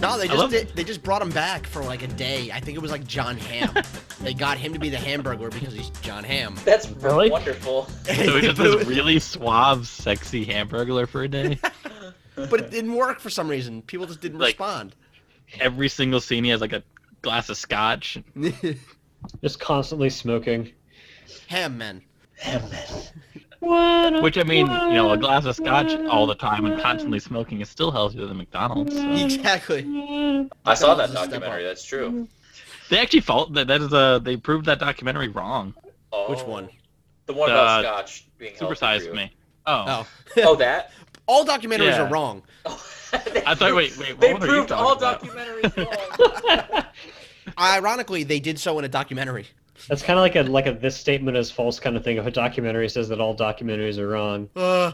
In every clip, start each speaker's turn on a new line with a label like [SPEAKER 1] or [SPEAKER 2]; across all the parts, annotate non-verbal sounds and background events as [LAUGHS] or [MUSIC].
[SPEAKER 1] No, they
[SPEAKER 2] I
[SPEAKER 1] just
[SPEAKER 2] love
[SPEAKER 1] did, they just brought him back for like a day. I think it was like John
[SPEAKER 2] [LAUGHS]
[SPEAKER 1] Ham. they got him to be the Hamburglar because he's John Ham.
[SPEAKER 3] That's
[SPEAKER 2] Really?
[SPEAKER 3] wonderful.
[SPEAKER 1] [LAUGHS]
[SPEAKER 2] So we got this
[SPEAKER 1] but,
[SPEAKER 2] really suave, sexy hamburger for a day.
[SPEAKER 1] but it didn't work for some reason. People just didn't
[SPEAKER 2] Like-
[SPEAKER 3] [LAUGHS]
[SPEAKER 1] respond.
[SPEAKER 2] Every single scene, he has like a glass of scotch.
[SPEAKER 4] Just constantly smoking.
[SPEAKER 1] Ham man.
[SPEAKER 2] Which I mean, you know, a glass of scotch all the time and constantly smoking is still healthier than McDonald's. so.
[SPEAKER 1] Exactly.
[SPEAKER 3] I saw that
[SPEAKER 1] Just step
[SPEAKER 3] documentary.
[SPEAKER 1] up.
[SPEAKER 3] That's true.
[SPEAKER 2] They actually fault that. That is a they proved that documentary wrong.
[SPEAKER 3] Oh.
[SPEAKER 1] Which one?
[SPEAKER 3] The one about
[SPEAKER 2] Uh,
[SPEAKER 3] Scotch being healthy for
[SPEAKER 2] Supersized
[SPEAKER 3] you.
[SPEAKER 2] me. Oh,
[SPEAKER 1] Oh.
[SPEAKER 3] [LAUGHS] Oh, that. [LAUGHS] Oh,
[SPEAKER 1] All documentaries
[SPEAKER 2] Yeah.
[SPEAKER 1] are wrong.
[SPEAKER 2] I thought.
[SPEAKER 3] [LAUGHS]
[SPEAKER 2] Wait, wait. What
[SPEAKER 3] They
[SPEAKER 2] one are you
[SPEAKER 3] proved
[SPEAKER 2] talking
[SPEAKER 3] all
[SPEAKER 2] about?
[SPEAKER 3] documentaries wrong.
[SPEAKER 1] Ironically, they did so in a documentary.
[SPEAKER 4] That's kind of like a like a this statement is false kind of thing. If a documentary says that all documentaries are wrong, [LAUGHS]
[SPEAKER 1] Uh,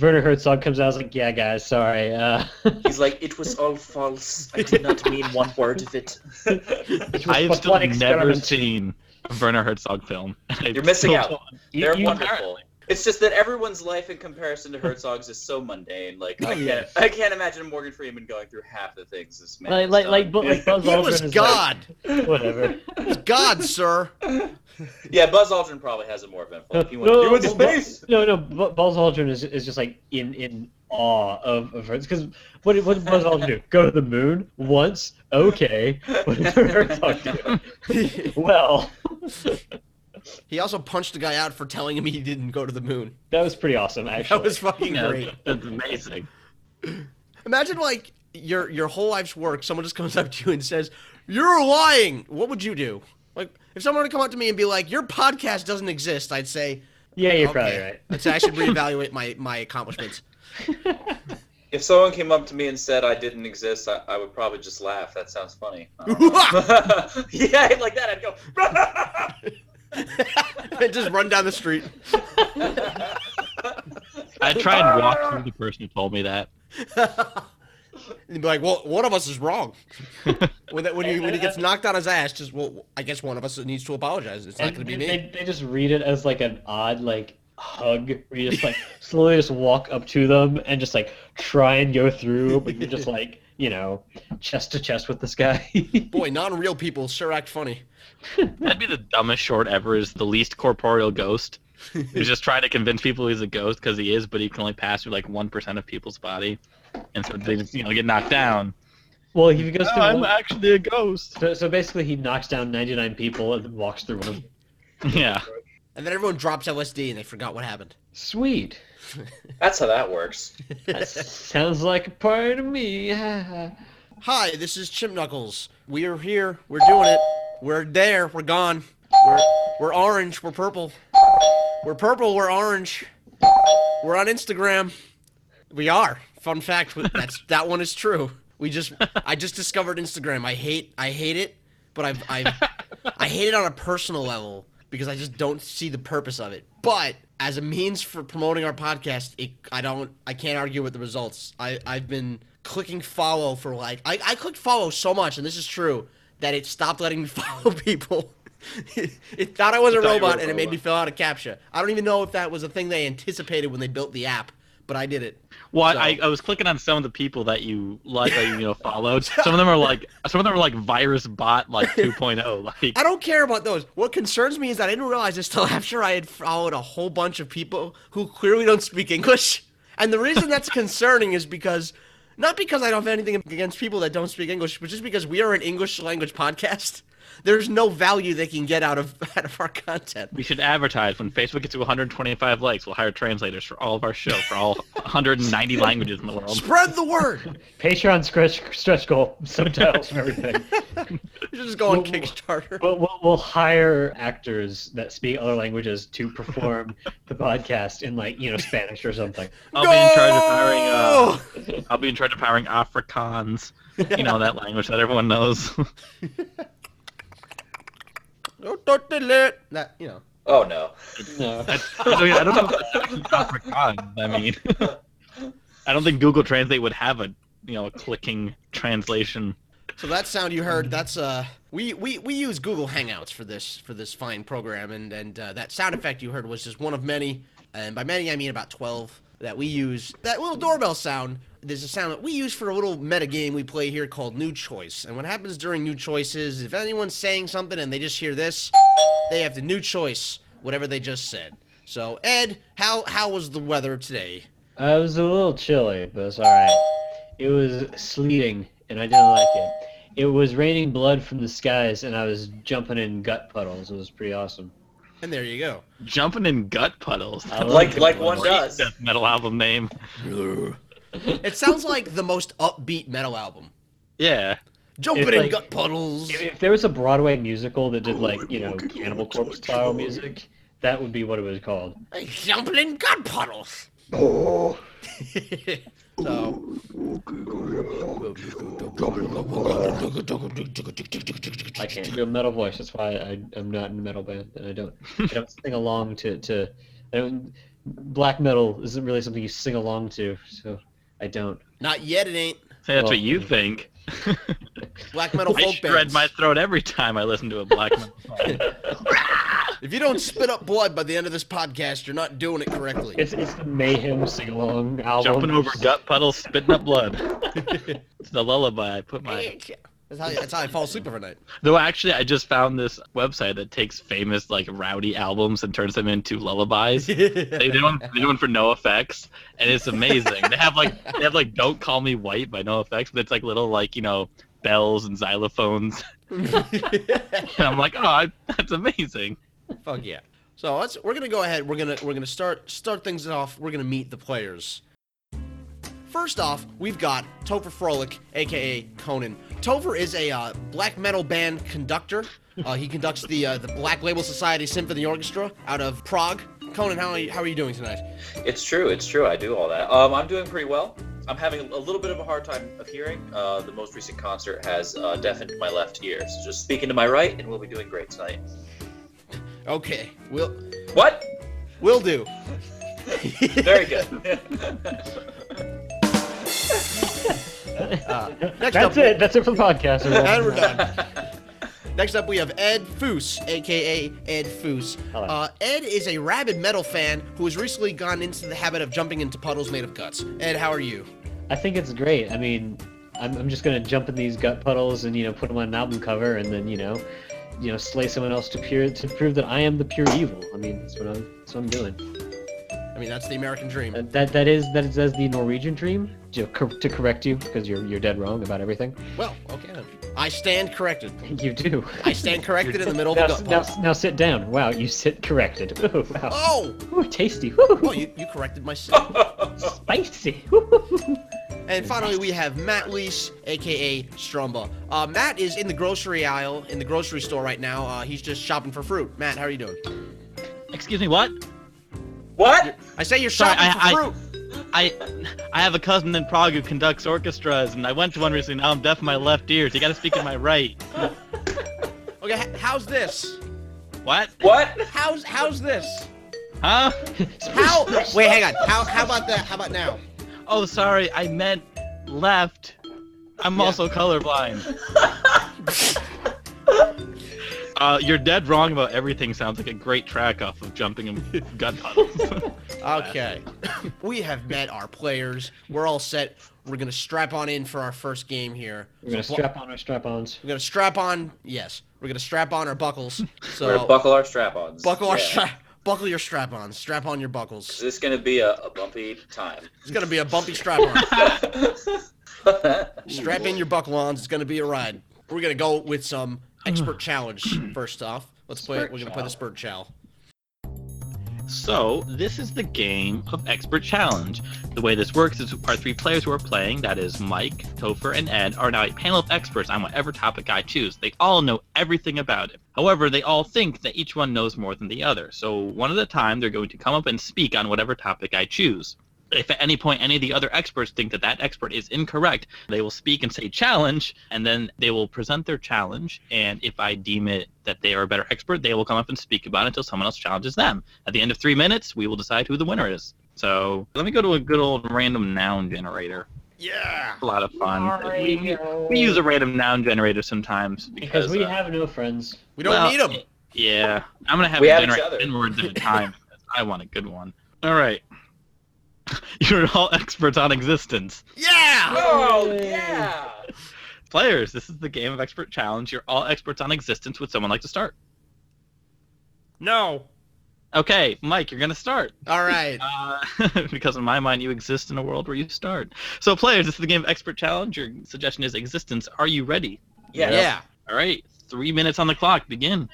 [SPEAKER 4] Werner Herzog comes out and is like, "Yeah, guys, sorry." Uh, [LAUGHS]
[SPEAKER 3] He's like, it was all false. I did not mean one word of [LAUGHS] it.
[SPEAKER 4] it was
[SPEAKER 2] I have
[SPEAKER 4] but
[SPEAKER 2] still
[SPEAKER 4] one
[SPEAKER 2] never
[SPEAKER 4] experiment.
[SPEAKER 2] seen a Werner Herzog film. [LAUGHS] I
[SPEAKER 3] You're missing
[SPEAKER 2] still
[SPEAKER 3] out.
[SPEAKER 2] don't-
[SPEAKER 4] You-
[SPEAKER 3] They're
[SPEAKER 4] you-
[SPEAKER 3] wonderful. It's just that everyone's life in comparison to Herzog's is so mundane. Like I can't,
[SPEAKER 1] Yeah.
[SPEAKER 3] I can't imagine Morgan Freeman going through half the things this
[SPEAKER 4] [LAUGHS]
[SPEAKER 3] man.
[SPEAKER 4] Like like
[SPEAKER 3] has
[SPEAKER 4] like,
[SPEAKER 3] done.
[SPEAKER 4] Bu- like Buzz
[SPEAKER 1] he
[SPEAKER 4] Aldrin
[SPEAKER 1] was
[SPEAKER 4] is
[SPEAKER 1] God.
[SPEAKER 3] [LAUGHS]
[SPEAKER 4] Like,
[SPEAKER 5] [LAUGHS]
[SPEAKER 4] [LAUGHS] whatever.
[SPEAKER 1] He's God, sir. [LAUGHS]
[SPEAKER 3] yeah, Buzz Aldrin probably has it more eventful. He went,
[SPEAKER 4] No,
[SPEAKER 3] you went to
[SPEAKER 4] Bu- Bu-
[SPEAKER 3] space.
[SPEAKER 4] No, no, Bu- Buzz Aldrin is, is just like in in awe of of because what did- what did Buzz Aldrin do? Go to the moon once? Okay. [LAUGHS] What did Herzog do?
[SPEAKER 1] he
[SPEAKER 4] Well,
[SPEAKER 1] also punched the guy out for telling him he didn't go to the moon.
[SPEAKER 4] that was pretty awesome. Actually,
[SPEAKER 1] That was fucking
[SPEAKER 2] Yeah,
[SPEAKER 1] great.
[SPEAKER 2] that's amazing.
[SPEAKER 1] Imagine like your your whole life's work, someone just comes up to you and says, "You're lying." What would you do? Like if someone were to come up to me and be like, "Your podcast doesn't exist," I'd say,
[SPEAKER 4] yeah, you're
[SPEAKER 1] "Okay,
[SPEAKER 4] probably right.
[SPEAKER 1] I'd say I should reevaluate my my
[SPEAKER 4] [LAUGHS]
[SPEAKER 1] accomplishments. [LAUGHS]
[SPEAKER 3] If someone came up to me and said I didn't exist, I, I would probably just laugh. That sounds funny. I
[SPEAKER 1] [LAUGHS]
[SPEAKER 3] don't know. [LAUGHS] yeah, like that. I'd go. [LAUGHS]
[SPEAKER 1] and just run down the street. [LAUGHS]
[SPEAKER 2] I try and walk through the person who told me that.
[SPEAKER 1] And be like, "Well, one of us is
[SPEAKER 4] [LAUGHS]
[SPEAKER 1] wrong." when that, when he when he gets knocked on his ass, just well, I guess one of us needs to apologize. It's not
[SPEAKER 4] And
[SPEAKER 1] going to be me.
[SPEAKER 4] they, They, they just read it as like an odd like hug where you just like [LAUGHS] slowly just walk up to them and just like try and go through, but you're
[SPEAKER 1] [LAUGHS]
[SPEAKER 4] just like you know chest to chest with this guy. [LAUGHS]
[SPEAKER 1] Boy, non-real people sure act funny.
[SPEAKER 2] That'd be the dumbest short ever. Is the least corporeal ghost. He's just trying to convince people he's a ghost because he is, but he can only pass through like one percent of people's body, and so they just you know get knocked down.
[SPEAKER 4] well, he goes through. one-
[SPEAKER 2] actually a ghost.
[SPEAKER 4] so, so basically, he knocks down 99 people and then walks through one. of them.
[SPEAKER 2] [LAUGHS] Yeah.
[SPEAKER 1] And then everyone drops LSD and they forgot what happened.
[SPEAKER 4] Sweet.
[SPEAKER 3] That's how that works.
[SPEAKER 1] [LAUGHS]
[SPEAKER 4] That sounds like a part of me. [LAUGHS] That's
[SPEAKER 1] Hi, this is Chimp Knuckles. We are here. We're doing it. We're there. We're gone. We're, we're orange. We're purple. We're purple. We're orange. We're on Instagram. We are. Fun fact. That's that one is true. We just I just discovered Instagram. I hate I hate it, but I've I've I hate it on a personal level because I just don't see the purpose of it. But as a means for promoting our podcast, it I don't I can't argue with the results. I I've been clicking follow for like I I clicked follow so much, and this is true that it stopped letting me [LAUGHS] follow people. [LAUGHS] it thought I was a
[SPEAKER 3] It thought you were
[SPEAKER 1] robot,
[SPEAKER 3] a
[SPEAKER 1] and it made me
[SPEAKER 3] robot.
[SPEAKER 1] fill out a captcha. I don't even know if that was a thing they anticipated when they built the app, but I did it.
[SPEAKER 2] Well,
[SPEAKER 1] So-
[SPEAKER 2] I, I was clicking on some of the people that you like, that you, you know, [LAUGHS] followed. Some of them are like, some of them are like virus bot [LAUGHS] like 2.0. Like,
[SPEAKER 1] I don't care about those. What concerns me is that I didn't realize this till [LAUGHS] after I had followed a whole bunch of people who clearly don't speak English. And the reason that's concerning is because, not because I don't have anything against people that don't speak English, but just because we are an English language podcast. There's no value they can get out of [LAUGHS] out of our content.
[SPEAKER 2] we should advertise when Facebook gets to 125 likes. We'll hire translators for all of our show for all 190 languages in the world.
[SPEAKER 1] Spread the word.
[SPEAKER 4] Patreon stretch stretch goal subtitles from
[SPEAKER 1] [LAUGHS]
[SPEAKER 4] everything.
[SPEAKER 1] Just go on
[SPEAKER 4] Well,
[SPEAKER 1] Kickstarter.
[SPEAKER 4] We'll, we'll, we'll hire actors that speak other languages to perform the podcast in like you know Spanish or something.
[SPEAKER 2] I'll be in charge of
[SPEAKER 1] No!
[SPEAKER 2] hiring. Uh, I'll be in charge of hiring Afrikaans. You know that language that everyone knows.
[SPEAKER 1] Don't- don't delete it. That you know.
[SPEAKER 3] Oh no.
[SPEAKER 4] No.
[SPEAKER 2] [LAUGHS] I mean, I don't know. if that's Afrikaans. I mean, I don't think Google Translate would have a you know a clicking translation.
[SPEAKER 1] So that sound you heard, that's uh we, we, we use Google Hangouts for this for this fine program and and uh, that sound effect you heard was just one of many and by many I mean about 12 that we use. That little doorbell sound there's a sound that we use for a little meta game we play here called New Choice. And what happens during New Choice is if anyone's saying something and they just hear this, they have to New Choice whatever they just said. So Ed, how how was the weather today?
[SPEAKER 4] Uh, it was a little chilly, but it's all right. It was sleeting, and I didn't like it. It was raining blood from the skies, and I was jumping in gut puddles. It was pretty awesome.
[SPEAKER 1] And there you go.
[SPEAKER 2] Jumping in gut puddles.
[SPEAKER 4] I
[SPEAKER 2] That's
[SPEAKER 4] like-
[SPEAKER 2] a
[SPEAKER 3] like one
[SPEAKER 2] great
[SPEAKER 3] does.
[SPEAKER 2] Death metal album name.
[SPEAKER 1] It sounds like the most upbeat metal album.
[SPEAKER 2] Yeah.
[SPEAKER 1] Jumping
[SPEAKER 4] It's
[SPEAKER 1] in
[SPEAKER 4] like-
[SPEAKER 1] gut puddles.
[SPEAKER 4] If, if there was a Broadway musical that did like you know Cannibal Corpse style music, that would be what it was called.
[SPEAKER 1] Jumping in gut puddles. Oh. [LAUGHS] so
[SPEAKER 4] I can't do a metal voice. That's why I, I'm not in a metal band, and I don't. I don't sing along to to. I don't, black metal isn't really something you sing along to, so I don't.
[SPEAKER 1] not yet. It ain't
[SPEAKER 2] Say that's
[SPEAKER 4] Well,
[SPEAKER 2] what you think.
[SPEAKER 1] black metal
[SPEAKER 2] [LAUGHS] I
[SPEAKER 1] folk
[SPEAKER 2] shred
[SPEAKER 1] bands.
[SPEAKER 2] my throat every time I listen to a black metal song.
[SPEAKER 1] If you don't spit up blood by the end of this podcast, you're not doing it correctly.
[SPEAKER 4] It's it's the Mayhem sing along [LAUGHS] album.
[SPEAKER 2] Jumping over gut puddles, spitting up
[SPEAKER 4] [LAUGHS]
[SPEAKER 2] blood. it's the lullaby I put my.
[SPEAKER 1] That's how, that's how I fall asleep every night.
[SPEAKER 2] Though actually, I just found this website that takes famous like rowdy albums and turns them into lullabies. They did one. They did one for No Effects, and it's amazing. They have like they have like "Don't Call Me White" by No Effects, but it's like little like you know bells and xylophones. [LAUGHS] And I'm like, oh, I, that's amazing.
[SPEAKER 1] Fuck yeah. So let's we're gonna go ahead. We're gonna we're gonna start start things off. We're gonna meet the players. First off, we've got Topher Frolic, aka Conan. Topher is a uh, black metal band conductor. Uh, he conducts the uh, the Black Label Society Symphony Orchestra out of Prague. Conan, how are you, how are you doing tonight?
[SPEAKER 3] It's true. It's true. I do all that. Um, I'm doing pretty well. I'm having a little bit of a hard time of hearing. Uh, the most recent concert has uh, deafened my left ear. So just speaking to my right, and we'll be doing great tonight.
[SPEAKER 1] Okay, we'll
[SPEAKER 3] What?
[SPEAKER 1] we'll do. [LAUGHS]
[SPEAKER 3] Very good. [LAUGHS]
[SPEAKER 1] Uh, next
[SPEAKER 4] That's
[SPEAKER 1] up,
[SPEAKER 4] it. That's it for the podcast.
[SPEAKER 1] And
[SPEAKER 4] everyone.
[SPEAKER 1] we're done. Next up, we have Ed Foose, aka Ed Foose.
[SPEAKER 4] Hello.
[SPEAKER 1] Uh, Ed is a rabid metal fan who has recently gone into the habit of jumping into puddles made of guts. Ed, how are you?
[SPEAKER 4] I think it's great. I mean, I'm, I'm just gonna jump in these gut puddles and you know put them on an album cover and then you know, you know slay someone else to pure to prove that I am the pure evil. I mean, that's what I'm that's what I'm doing.
[SPEAKER 1] I mean, that's the American dream.
[SPEAKER 4] Uh, That that, that is that is that's the Norwegian dream to, cor- to correct you because you're you're dead wrong about everything. [LAUGHS]
[SPEAKER 1] Well, okay then. I stand corrected.
[SPEAKER 4] You do.
[SPEAKER 1] I
[SPEAKER 4] [LAUGHS]
[SPEAKER 1] stand corrected in the middle of
[SPEAKER 4] Now,
[SPEAKER 1] a gut
[SPEAKER 4] now,
[SPEAKER 1] puddle.
[SPEAKER 4] now sit down. Wow, you sit corrected. Ooh, wow.
[SPEAKER 1] Oh!
[SPEAKER 4] Ooh, tasty. Ooh,
[SPEAKER 1] Well, you, you corrected myself.
[SPEAKER 4] spicy. [LAUGHS] Ooh.
[SPEAKER 1] And finally, we have Matt Lees, aka Strumba. Uh, Matt is in the grocery aisle in the grocery store right now. Uh, he's just shopping for fruit. Matt, how are you doing?
[SPEAKER 2] Excuse me, what?
[SPEAKER 1] [LAUGHS]
[SPEAKER 3] what?
[SPEAKER 1] I say you're
[SPEAKER 2] Sorry,
[SPEAKER 1] shopping
[SPEAKER 2] I-
[SPEAKER 1] for
[SPEAKER 2] I-
[SPEAKER 1] fruit.
[SPEAKER 2] I I have a cousin in Prague who conducts orchestras, and I went to one recently. Now I'm deaf in my left ear. So you got to speak in my right.
[SPEAKER 1] Okay, h- how's this?
[SPEAKER 2] What?
[SPEAKER 3] What?
[SPEAKER 1] How's how's [LAUGHS] this?
[SPEAKER 2] Huh?
[SPEAKER 1] How? Wait, hang on. How how about that? How about now?
[SPEAKER 2] Oh, sorry. I meant left. I'm
[SPEAKER 1] Yeah.
[SPEAKER 2] also colorblind. uh, you're dead wrong about everything. Sounds like a great track off of jumping in [LAUGHS] gut puddles. [LAUGHS]
[SPEAKER 1] Okay. [LAUGHS] we have met our players. We're all set. We're gonna strap on in for our first game here.
[SPEAKER 4] We're gonna
[SPEAKER 1] So,
[SPEAKER 4] strap on our strap-ons.
[SPEAKER 1] We're gonna strap on. Yes, we're gonna strap on our buckles.
[SPEAKER 3] We're gonna
[SPEAKER 1] So
[SPEAKER 3] buckle our strap-ons.
[SPEAKER 1] buckle our
[SPEAKER 3] Yeah.
[SPEAKER 1] strap. Buckle your strap on. Strap on your buckles.
[SPEAKER 3] This is gonna be a, a bumpy time.
[SPEAKER 1] It's gonna be a bumpy strap on.
[SPEAKER 3] All
[SPEAKER 1] Strap in your buckle ons. It's gonna be a ride. We're gonna go with some expert challenge first off. Let's play.
[SPEAKER 2] Spurt
[SPEAKER 1] We're gonna play the spurt chow.
[SPEAKER 2] So, this is the game of Expert Challenge. The way this works is our three players who are playing, that is Mike, Topher, and Ed, are now a panel of experts on whatever topic I choose. They all know everything about it. However, they all think that each one knows more than the other. So, one at a time, they're going to come up and speak on whatever topic I choose. If at any point any of the other experts think that that expert is incorrect, they will speak and say challenge, and then they will present their challenge. And if I deem it that they are a better expert, they will come up and speak about it until someone else challenges them. At the end of three minutes, we will decide who the winner is. So let me go to a good old random noun generator.
[SPEAKER 1] Yeah.
[SPEAKER 2] A lot of fun. We, we- we use a random noun generator sometimes because,
[SPEAKER 4] because we
[SPEAKER 2] uh,
[SPEAKER 4] have no friends.
[SPEAKER 1] We don't
[SPEAKER 2] Well,
[SPEAKER 1] need them.
[SPEAKER 2] Yeah, I'm gonna have
[SPEAKER 3] We
[SPEAKER 2] to
[SPEAKER 3] have each [LAUGHS]
[SPEAKER 2] generate
[SPEAKER 3] other.
[SPEAKER 2] ten words at a time. I want a good one. All right. [LAUGHS] You're all experts on existence.
[SPEAKER 1] Yeah!
[SPEAKER 3] [LAUGHS] Oh
[SPEAKER 4] Yay.
[SPEAKER 3] yeah.
[SPEAKER 2] Players, this is the game of expert challenge. You're all experts on existence. Would someone like to start?
[SPEAKER 1] No.
[SPEAKER 2] Okay, Mike, you're gonna start.
[SPEAKER 1] All right.
[SPEAKER 2] [LAUGHS] Uh, because in my mind, you exist in a world where you start. So, players, this is the game of expert challenge. Your suggestion is existence. Are you ready?
[SPEAKER 3] Yeah.
[SPEAKER 1] Yeah.
[SPEAKER 2] All right, three minutes on the clock. Begin.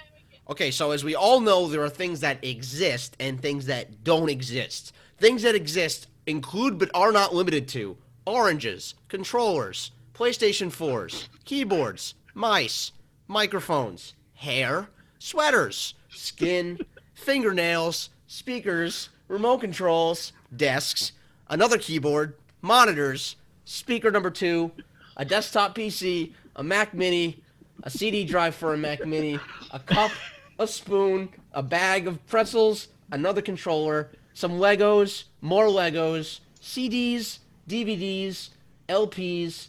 [SPEAKER 1] Okay, so as we all know, there are things that exist and things that don't exist. Things that exist include but are not limited to oranges, controllers, PlayStation 4s, keyboards, mice, microphones, hair, sweaters, skin, [LAUGHS] fingernails, speakers, remote controls, desks, another keyboard, monitors, speaker number two, a desktop PC, a Mac Mini, a CD drive for a Mac Mini, a cup, a spoon, a bag of pretzels, another controller, some Legos, more Legos, CDs, DVDs, LPs,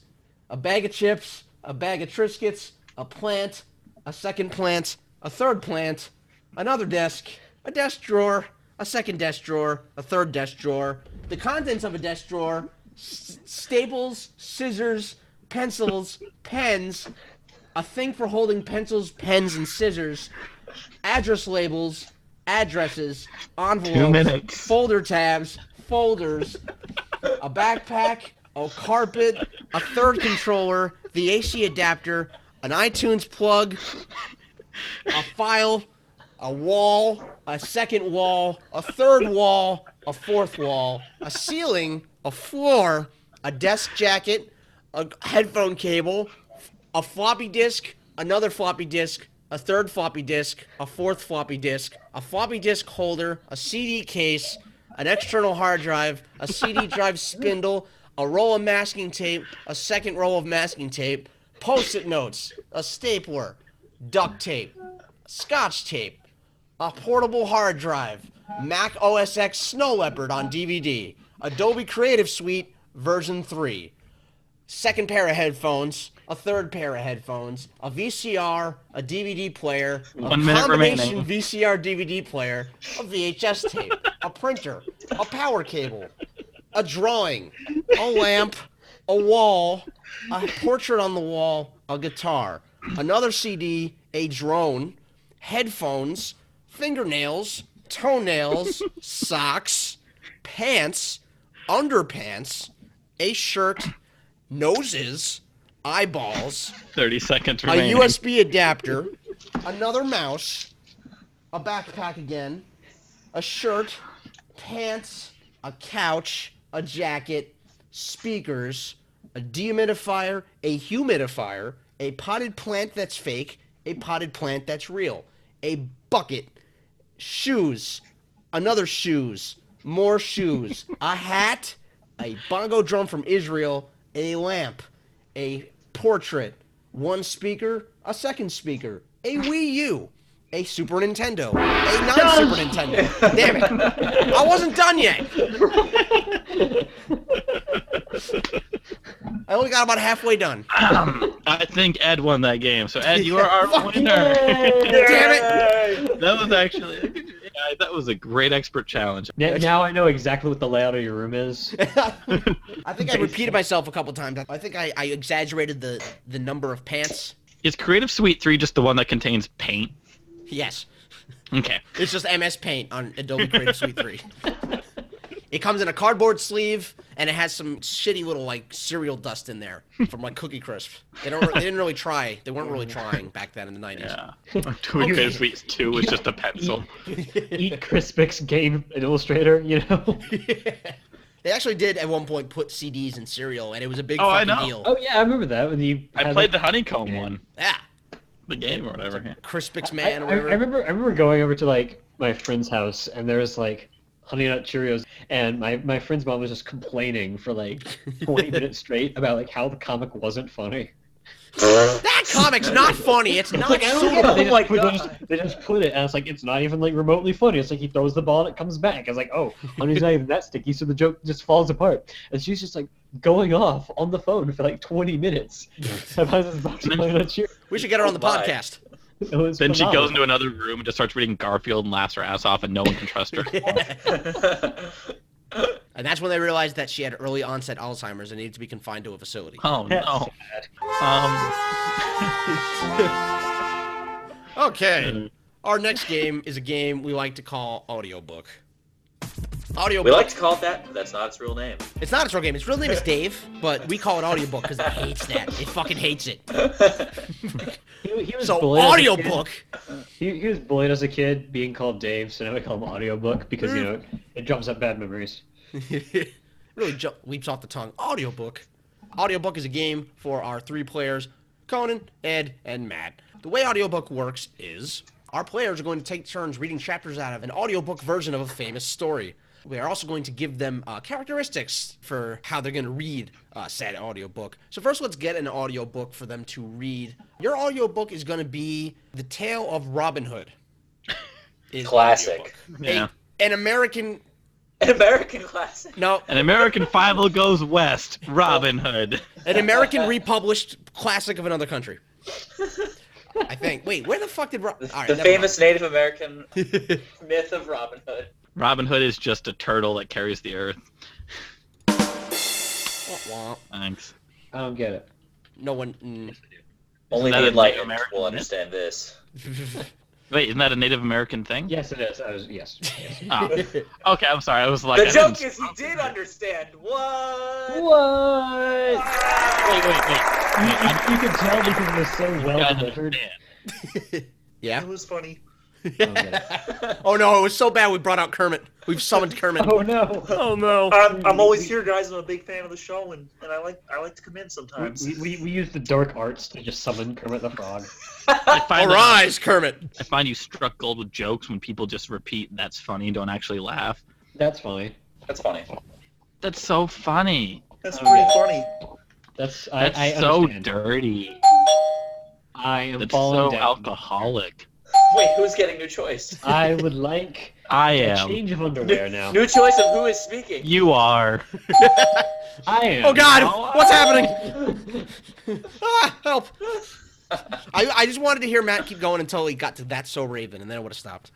[SPEAKER 1] a bag of chips, a bag of Triscuits, a plant, a second plant, a third plant, another desk, a desk drawer, a second desk drawer, a third desk drawer, the contents of a desk drawer, s- staples, scissors, pencils, pens, a thing for holding pencils, pens, and scissors, address labels, addresses, envelopes,
[SPEAKER 2] minutes.
[SPEAKER 1] folder tabs, folders, a backpack, a carpet, a third controller, the AC adapter, an iTunes plug, a file, a wall, a second wall, a third wall, a fourth wall, a ceiling, a floor, a desk jacket, a headphone cable, a floppy disk, another floppy disk, a third floppy disk, a fourth floppy disk, a floppy disk holder, a CD case, an external hard drive, a CD drive spindle, a roll of masking tape, a second roll of masking tape, post-it notes, a stapler, duct tape, scotch tape, a portable hard drive, Mac OS X Snow Leopard on DVD, Adobe Creative Suite version 3 second pair of headphones, a third pair of headphones, a VCR, a DVD player, a
[SPEAKER 2] One minute
[SPEAKER 1] combination
[SPEAKER 2] remaining.
[SPEAKER 1] VCR DVD player, a VHS tape, a printer, a power cable, a drawing, a lamp, a wall, a portrait on the wall, a guitar, another CD, a drone, headphones, fingernails, toenails, socks, pants, underpants, a shirt, noses, eyeballs,
[SPEAKER 2] 30 seconds
[SPEAKER 1] a
[SPEAKER 2] remaining.
[SPEAKER 1] USB adapter, another mouse, a backpack again, a shirt, pants, a couch, a jacket, speakers, a dehumidifier, a humidifier, a potted plant that's fake, a potted plant that's real, a bucket, shoes, another shoes, more shoes, a hat, a bongo drum from Israel, a lamp, a portrait, one speaker, a second speaker, a Wii U, a Super Nintendo, a non Super Nintendo. Damn it. I wasn't done yet. I only got about halfway done.
[SPEAKER 2] Um, I think Ed won that game. So, Ed, you are
[SPEAKER 1] [LAUGHS]
[SPEAKER 2] our
[SPEAKER 4] [LAUGHS]
[SPEAKER 2] winner.
[SPEAKER 1] Damn
[SPEAKER 2] [LAUGHS]
[SPEAKER 3] it.
[SPEAKER 2] that was actually yeah, that was a great expert challenge.
[SPEAKER 4] Now, now I know exactly what the layout of your room is.
[SPEAKER 1] [LAUGHS] I think I repeated myself a couple times. I think I, I exaggerated the, the number of pants.
[SPEAKER 2] Is Creative Suite 3 just the one that contains paint?
[SPEAKER 1] Yes.
[SPEAKER 2] Okay.
[SPEAKER 1] It's just MS Paint on Adobe Creative Suite 3. It comes in a cardboard sleeve and it has some shitty little like cereal dust in there from like Cookie Crisp. They don't they didn't really try. They weren't really trying back then in the 90s.
[SPEAKER 2] Yeah. [LAUGHS] Doing Creative Suite 2 was just a pencil.
[SPEAKER 4] Eat Crispix Game Illustrator, you know?
[SPEAKER 1] They actually did at one point put CDs in cereal and it was a big
[SPEAKER 2] Oh, I
[SPEAKER 1] fucking
[SPEAKER 2] know.
[SPEAKER 1] deal.
[SPEAKER 4] Oh yeah, I remember that when you.
[SPEAKER 2] I
[SPEAKER 4] had
[SPEAKER 2] played the
[SPEAKER 4] that-
[SPEAKER 2] honeycomb one,
[SPEAKER 1] Yeah.
[SPEAKER 2] the game or whatever. yeah.
[SPEAKER 1] Crispix
[SPEAKER 4] I-
[SPEAKER 1] Man
[SPEAKER 4] I,
[SPEAKER 1] or
[SPEAKER 4] I
[SPEAKER 1] whatever.
[SPEAKER 4] remember. I remember going over to like my friend's house, and there was like Honey Nut Cheerios, and my my friend's mom was just complaining for like
[SPEAKER 1] [LAUGHS]
[SPEAKER 4] 20 minutes straight about like how the comic wasn't funny.
[SPEAKER 3] [LAUGHS]
[SPEAKER 1] that comic's not funny. It's not
[SPEAKER 4] Like, [LAUGHS] I don't get it.
[SPEAKER 1] suitable.
[SPEAKER 4] They, just
[SPEAKER 3] my
[SPEAKER 4] put, they,
[SPEAKER 3] God.
[SPEAKER 4] just, they just put it, and it's like it's not even like remotely funny. It's like he throws the ball and it comes back. It's like, oh, honey's not even that sticky, so the joke just falls apart. And she's just like going off on the phone for like 20
[SPEAKER 2] [LAUGHS]
[SPEAKER 4] minutes. About this box of Honey Nut Cheerios.
[SPEAKER 1] We should get her on the
[SPEAKER 3] Why?
[SPEAKER 1] podcast. [LAUGHS]
[SPEAKER 4] It was
[SPEAKER 2] Then she
[SPEAKER 4] phenomenal.
[SPEAKER 2] goes into another room
[SPEAKER 4] [LAUGHS]
[SPEAKER 2] and just starts reading Garfield and laughs her ass off, and no one can trust her.
[SPEAKER 1] Yeah. And that's when they realized that she had early onset Alzheimer's and needed to be confined to a facility.
[SPEAKER 2] Oh no. Um,
[SPEAKER 1] Okay. Our next game is a game we like to call audiobook. Audiobook.
[SPEAKER 3] We like to call it that, but that's not its
[SPEAKER 2] [LAUGHS]
[SPEAKER 3] real name.
[SPEAKER 1] It's not its real game. Its real name is Dave, but we call it audiobook because it hates that. It fucking hates it.
[SPEAKER 4] He, he was
[SPEAKER 1] So
[SPEAKER 4] bullied as a
[SPEAKER 1] audiobook.
[SPEAKER 4] kid- He, he was bullied as a kid, being called Dave, so now we call him audiobook because you know it, it drums up bad memories.
[SPEAKER 1] [LAUGHS] really ju- leaps off the tongue. Audiobook. Audiobook is a game for our three players, Conan, Ed, and Matt. The way audiobook works is our players are going to take turns reading chapters out of an audiobook version of a famous story. We are also going to give them uh, characteristics for how they're going to read uh, said audiobook. So first, let's get an audiobook for them to read. Your audiobook is going to be The Tale of Robin Hood. Is
[SPEAKER 3] Classic.
[SPEAKER 1] audiobook. A-
[SPEAKER 2] Yeah.
[SPEAKER 1] an American
[SPEAKER 3] An American classic.
[SPEAKER 1] no
[SPEAKER 2] an American Five goes
[SPEAKER 4] [LAUGHS]
[SPEAKER 2] west. Robin Hood.
[SPEAKER 1] An American republished classic of another
[SPEAKER 4] [LAUGHS]
[SPEAKER 1] country. I think. Wait, where the fuck did Rob? All right,
[SPEAKER 3] the
[SPEAKER 1] never
[SPEAKER 3] famous
[SPEAKER 2] [LAUGHS]
[SPEAKER 3] Native American myth of Robin Hood.
[SPEAKER 2] Robin Hood is just a turtle that carries the earth.
[SPEAKER 1] mind. Wah, wah.
[SPEAKER 2] Thanks.
[SPEAKER 4] I don't get it.
[SPEAKER 1] No one. mm.
[SPEAKER 3] Only
[SPEAKER 2] that a
[SPEAKER 3] the
[SPEAKER 2] Native
[SPEAKER 3] enlightened
[SPEAKER 2] American
[SPEAKER 3] will
[SPEAKER 2] myth?
[SPEAKER 3] understand this.
[SPEAKER 1] mm.
[SPEAKER 2] Wait, isn't that a Native American thing?
[SPEAKER 4] Yes, it is. I was yes.
[SPEAKER 2] [LAUGHS]
[SPEAKER 4] yes.
[SPEAKER 2] Oh. Okay, I'm sorry. I was like,
[SPEAKER 3] the
[SPEAKER 2] I
[SPEAKER 3] joke
[SPEAKER 2] didn't-
[SPEAKER 3] is he did understand. What?
[SPEAKER 4] what?
[SPEAKER 2] Wait, wait, wait.
[SPEAKER 4] You, [LAUGHS] you- you could tell because it was so well
[SPEAKER 2] I
[SPEAKER 4] delivered.
[SPEAKER 2] understand.
[SPEAKER 1] [LAUGHS]
[SPEAKER 4] [LAUGHS]
[SPEAKER 1] yeah.
[SPEAKER 3] was funny.
[SPEAKER 2] [LAUGHS]
[SPEAKER 1] Oh no, it was so bad we brought out Kermit. We've summoned Kermit.
[SPEAKER 4] Oh no.
[SPEAKER 1] Oh no.
[SPEAKER 3] I'm, I'm always here, guys. I'm a big fan of the show, and, and I like I like to come in
[SPEAKER 4] We,
[SPEAKER 3] sometimes.
[SPEAKER 4] we, we, we used the dark arts to just summon Kermit the Frog.
[SPEAKER 2] I
[SPEAKER 4] [LAUGHS]
[SPEAKER 2] find that-
[SPEAKER 1] Arise, Kermit.
[SPEAKER 2] I find you struck gold with jokes when people just repeat that's funny and don't actually laugh.
[SPEAKER 4] That's funny.
[SPEAKER 3] That's funny.
[SPEAKER 2] That's so funny.
[SPEAKER 3] That's
[SPEAKER 4] Oh, yeah.
[SPEAKER 3] funny.
[SPEAKER 4] That's I,
[SPEAKER 2] That's
[SPEAKER 4] I
[SPEAKER 2] so
[SPEAKER 4] understand.
[SPEAKER 2] dirty.
[SPEAKER 4] I am
[SPEAKER 2] That's
[SPEAKER 4] falling
[SPEAKER 2] so
[SPEAKER 4] down.
[SPEAKER 2] alcoholic.
[SPEAKER 3] Wait, who's getting new choice?
[SPEAKER 4] I would like
[SPEAKER 2] I
[SPEAKER 4] a
[SPEAKER 2] am.
[SPEAKER 4] change of underwear
[SPEAKER 2] [LAUGHS]
[SPEAKER 4] now.
[SPEAKER 3] New choice of who is speaking.
[SPEAKER 2] You [LAUGHS] are.
[SPEAKER 4] I am.
[SPEAKER 1] Oh
[SPEAKER 2] Oh,
[SPEAKER 1] God, what's
[SPEAKER 4] [LAUGHS]
[SPEAKER 1] happening? ah, help! I, I just wanted to hear Matt keep going until he got to that's so Raven, and then it would have stopped.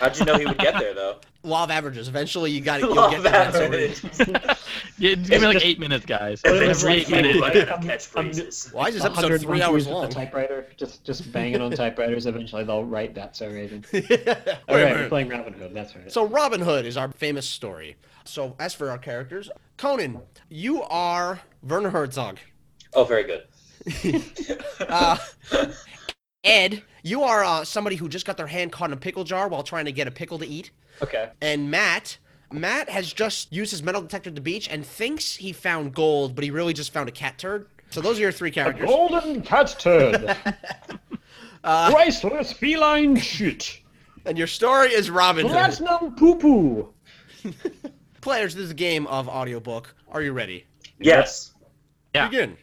[SPEAKER 3] How'd you know he would get there [LAUGHS] though?
[SPEAKER 1] Law of averages. Eventually, you got to
[SPEAKER 3] Love
[SPEAKER 1] get to
[SPEAKER 3] that.
[SPEAKER 1] that's so Raven.
[SPEAKER 2] Yeah, give me like eight minutes, guys.
[SPEAKER 4] It's
[SPEAKER 2] Every eight
[SPEAKER 4] like-
[SPEAKER 2] minutes. [LAUGHS]
[SPEAKER 3] Catchphrases.
[SPEAKER 1] Why is this
[SPEAKER 4] The
[SPEAKER 1] episode
[SPEAKER 4] 100
[SPEAKER 1] three hours
[SPEAKER 4] monkeys with
[SPEAKER 1] long?
[SPEAKER 4] The typewriter, just just banging on typewriters. Eventually, they'll write that. So Raven.
[SPEAKER 1] [LAUGHS] [LAUGHS] Wait,
[SPEAKER 4] All right,
[SPEAKER 1] wait.
[SPEAKER 4] we're playing Robin Hood. That's right.
[SPEAKER 1] So Robin Hood is our famous story. So as for our characters, Conan, you are Werner Herzog.
[SPEAKER 3] Oh, very good.
[SPEAKER 1] Uh, Ed, you are uh, somebody who just got their hand caught in a pickle jar while trying to get a pickle to eat.
[SPEAKER 4] okay.
[SPEAKER 1] And Matt, Matt has just used his metal detector at the beach and thinks he found gold, but he really just found a cat turd. So those are your three characters.
[SPEAKER 4] Golden cat
[SPEAKER 1] [LAUGHS]
[SPEAKER 4] turd.
[SPEAKER 1] Uh,
[SPEAKER 4] Priceless
[SPEAKER 1] [LAUGHS]
[SPEAKER 4] feline shit.
[SPEAKER 1] And your story is Robin Hood.
[SPEAKER 4] Platinum poo poo.
[SPEAKER 1] Players, this is a game of audiobook. Are you ready?
[SPEAKER 3] Yes.
[SPEAKER 2] Yeah.
[SPEAKER 1] Begin.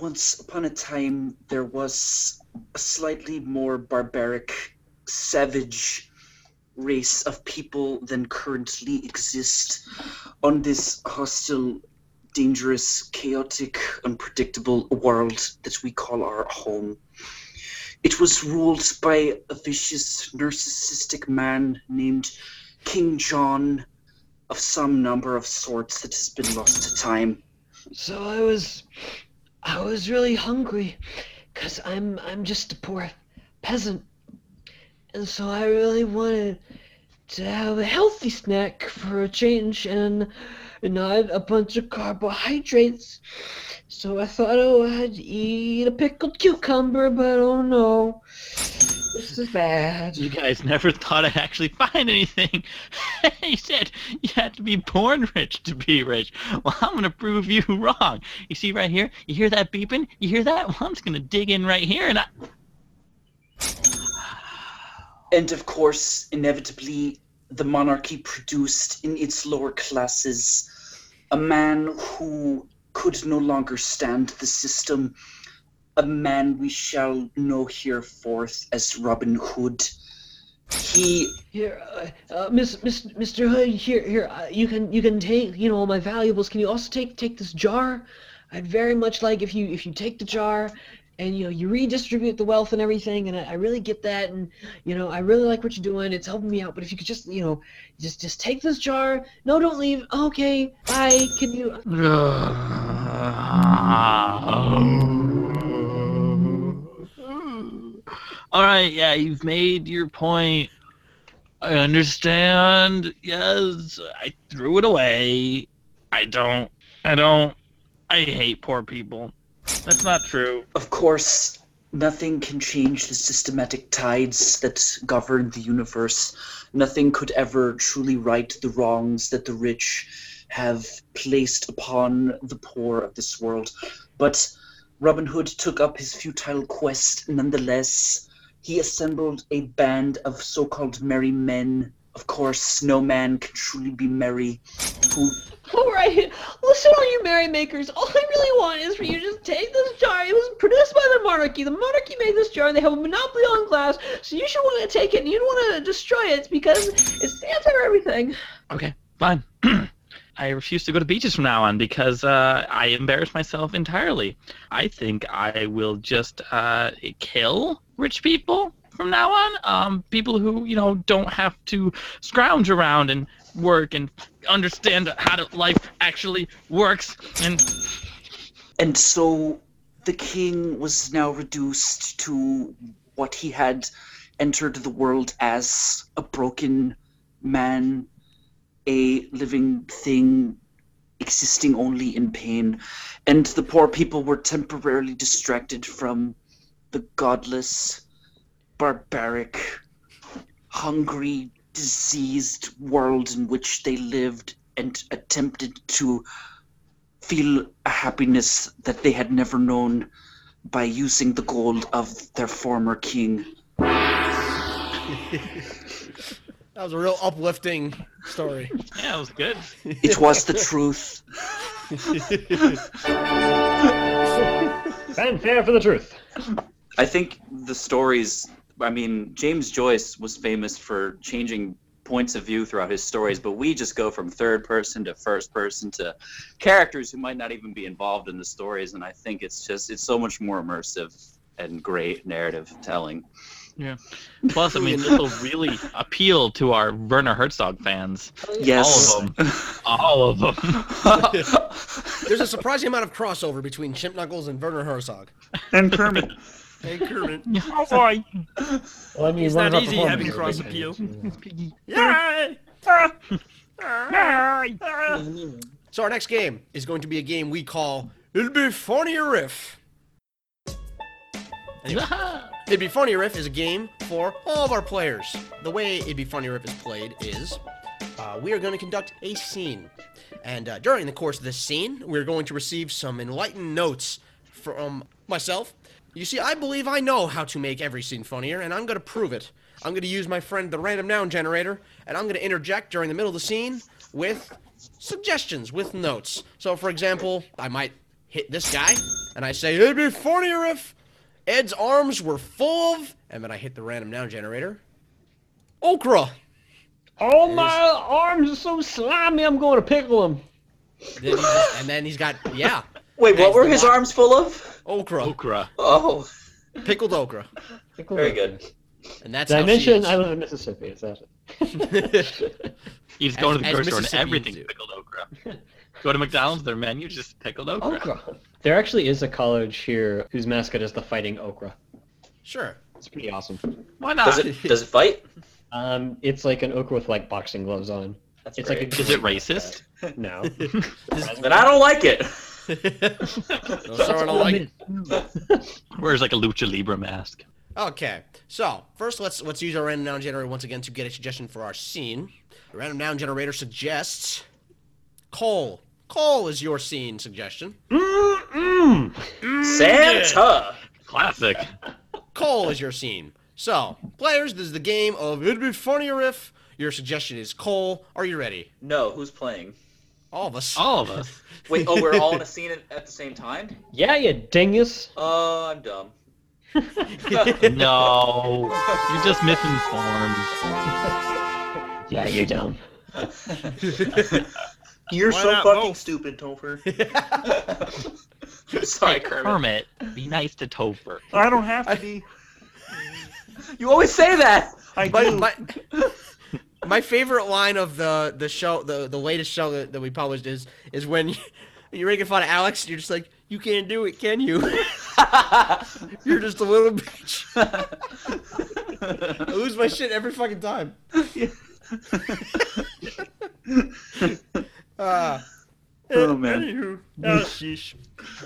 [SPEAKER 5] Once upon a time, there was a slightly more barbaric, savage race of people than currently exist on this hostile, dangerous, chaotic, unpredictable world that we call our home. It was ruled by a vicious, narcissistic man named King John of some number of sorts that has been lost to time.
[SPEAKER 6] So I was, I was really hungry, cause I'm I'm just a poor peasant, and so I really wanted to have a healthy snack for a change and not a bunch of carbohydrates. So I thought oh, I'd eat a pickled cucumber, but oh no, this is bad.
[SPEAKER 2] You guys never thought I'd actually find anything. [LAUGHS] he said you had to be born rich to be rich. Well, I'm gonna prove you wrong. You see right here? You hear that beeping? You hear that? Well, I'm just gonna dig in right here and I...
[SPEAKER 5] And of course, inevitably, the monarchy produced in its lower classes a man who could no longer stand the system, a man we shall know hereforth as Robin Hood. He
[SPEAKER 6] Here, uh, uh, Miss, Miss, Mr. Hood, here, here, uh, you can, you can take, you know, all my valuables. Can you also take, take this jar? I'd very much like if you, if you take the jar and you know you redistribute the wealth and everything and I, I really get that and you know i really like what you're doing it's helping me out but if you could just you know just just take this jar no don't leave okay bye can you
[SPEAKER 2] All right, yeah, you've made your point. I understand. Yes, I threw it away. I don't. I don't. I hate poor people. That's not true.
[SPEAKER 5] Of course, nothing can change the systematic tides that govern the universe. Nothing could ever truly right the wrongs that the rich have placed upon the poor of this world. But Robin Hood took up his futile quest nonetheless. He assembled a band of so called merry men. Of course, no man can truly be merry who
[SPEAKER 6] all [LAUGHS] right listen all you merrymakers all i really want is for you to just take this jar it was produced by the monarchy the monarchy made this jar they have a monopoly on glass so you should want to take it and you don't want to destroy it because it stands for everything
[SPEAKER 2] Okay, fine. [CLEARS THROAT] I refuse to go to beaches from now on because uh, I embarrass myself entirely. I think I will just uh, kill rich people from now on. Um, people who you know don't have to scrounge around and work and understand how to, life actually works. And
[SPEAKER 5] And so the king was now reduced to what he had entered the world as a broken man, a living thing existing only in pain. And the poor people were temporarily distracted from the godless, barbaric, hungry, diseased world in which they lived and attempted to feel a happiness that they had never known by using the gold of their former king.
[SPEAKER 1] That was a real uplifting story.
[SPEAKER 2] yeah, it was good.
[SPEAKER 5] It was
[SPEAKER 7] [LAUGHS]
[SPEAKER 5] the truth.
[SPEAKER 4] Fanfare for the truth.
[SPEAKER 3] I think the stories. I mean, James Joyce was famous for changing points of view throughout his stories, but we just go from third person to first person to characters who might not even be involved in the stories, and I think it's just it's so much more immersive and great narrative telling.
[SPEAKER 2] Plus, I mean, this will really appeal to our Werner Herzog fans.
[SPEAKER 5] Yes.
[SPEAKER 2] All of them. All of them.
[SPEAKER 1] There's a surprising amount of crossover between Chimp Knuckles and Werner Herzog.
[SPEAKER 5] And
[SPEAKER 1] [LAUGHS]
[SPEAKER 5] Kermit.
[SPEAKER 1] Hey, Kermit.
[SPEAKER 2] Oh boy!
[SPEAKER 4] Well, I mean,
[SPEAKER 7] It's
[SPEAKER 4] one
[SPEAKER 7] not
[SPEAKER 4] of our
[SPEAKER 7] easy having
[SPEAKER 4] performers
[SPEAKER 7] cross
[SPEAKER 4] is a big
[SPEAKER 7] appeal.
[SPEAKER 4] thing, you know.
[SPEAKER 7] Yay! Yay!
[SPEAKER 1] So our next game is going to be a game we call It'd Be Funnier If. Anyway, It'd Be Funnier If is a game for all of our players. The way It'd Be Funnier If is played is uh, we are going to conduct a scene. And uh, during the course of this scene, we're going to receive some enlightened notes from myself. You see, I believe I know how to make every scene funnier, and I'm going to prove it. I'm going to use my friend the random noun generator, and I'm going to interject during the middle of the scene with suggestions, with notes. So, for example, I might hit this guy, and I say, It'd be funnier if Ed's arms were full of, and then I hit the random noun generator, okra.
[SPEAKER 4] All my arms are so slimy, I'm going to pickle them.
[SPEAKER 1] Then he just- and then he's got, yeah,
[SPEAKER 5] Wait,
[SPEAKER 1] what were his
[SPEAKER 5] arms full of?
[SPEAKER 1] okra,
[SPEAKER 2] [LAUGHS] Okra.
[SPEAKER 5] Oh.
[SPEAKER 1] pickled okra.
[SPEAKER 3] Very good.
[SPEAKER 1] And that's
[SPEAKER 4] Did I
[SPEAKER 1] how she
[SPEAKER 4] mention
[SPEAKER 1] is.
[SPEAKER 4] I live in Mississippi? Is that it?
[SPEAKER 1] [LAUGHS]
[SPEAKER 4] [LAUGHS]
[SPEAKER 2] You just go
[SPEAKER 1] As-
[SPEAKER 2] to the
[SPEAKER 1] as
[SPEAKER 2] grocery store and
[SPEAKER 1] Mississippians
[SPEAKER 2] everything's
[SPEAKER 1] do.
[SPEAKER 2] pickled okra. go to McDonald's, their menu just pickled
[SPEAKER 4] Oh,
[SPEAKER 2] okra.
[SPEAKER 4] There actually is a college here whose mascot is the fighting okra.
[SPEAKER 1] Sure.
[SPEAKER 4] It's pretty awesome.
[SPEAKER 2] Why not?
[SPEAKER 3] Does it does it fight?
[SPEAKER 4] Um, it's like an okra with like boxing gloves on.
[SPEAKER 3] That's
[SPEAKER 4] It's
[SPEAKER 3] great.
[SPEAKER 4] like a
[SPEAKER 2] Is it
[SPEAKER 4] great
[SPEAKER 2] racist?
[SPEAKER 4] mascot. No.
[SPEAKER 3] Then I don't like it.
[SPEAKER 1] No, sir, I don't like it.
[SPEAKER 2] Wears like a lucha libre mask.
[SPEAKER 1] Okay, so first let's let's use our random noun generator once again to get a suggestion for our scene. The random noun generator suggests coal. Coal is your scene suggestion.
[SPEAKER 3] Santa.
[SPEAKER 4] [LAUGHS]
[SPEAKER 2] Classic.
[SPEAKER 1] Coal is your scene. So players, this is the game of it'd be funnier if your suggestion is coal. Are you ready?
[SPEAKER 3] No, who's playing?
[SPEAKER 1] All of us.
[SPEAKER 2] All of us.
[SPEAKER 3] Wait, oh, we're all in a scene at- at the same time?
[SPEAKER 4] Yeah, you dingus.
[SPEAKER 3] Oh, I'm dumb.
[SPEAKER 2] No. You're just misinformed.
[SPEAKER 4] Yeah, you dumb.
[SPEAKER 5] You're
[SPEAKER 7] Why so not fucking both?
[SPEAKER 4] [LAUGHS]
[SPEAKER 3] [LAUGHS]
[SPEAKER 5] stupid, Topher. Sorry, Kermit.
[SPEAKER 2] Kermit, be nice to Topher.
[SPEAKER 7] I don't have to be.
[SPEAKER 5] You always say that.
[SPEAKER 1] [LAUGHS]
[SPEAKER 7] I
[SPEAKER 1] My,
[SPEAKER 7] do.
[SPEAKER 1] my, my favorite line of the the show, the the latest show that, that we published is is when [LAUGHS] you're making fun of Alex and you're just like, you can't do it, can you? [LAUGHS] you're just a little bitch. [LAUGHS] I lose my shit every fucking time. [LAUGHS] Uh,
[SPEAKER 3] Oh, man.
[SPEAKER 1] anywho. Oh, sheesh.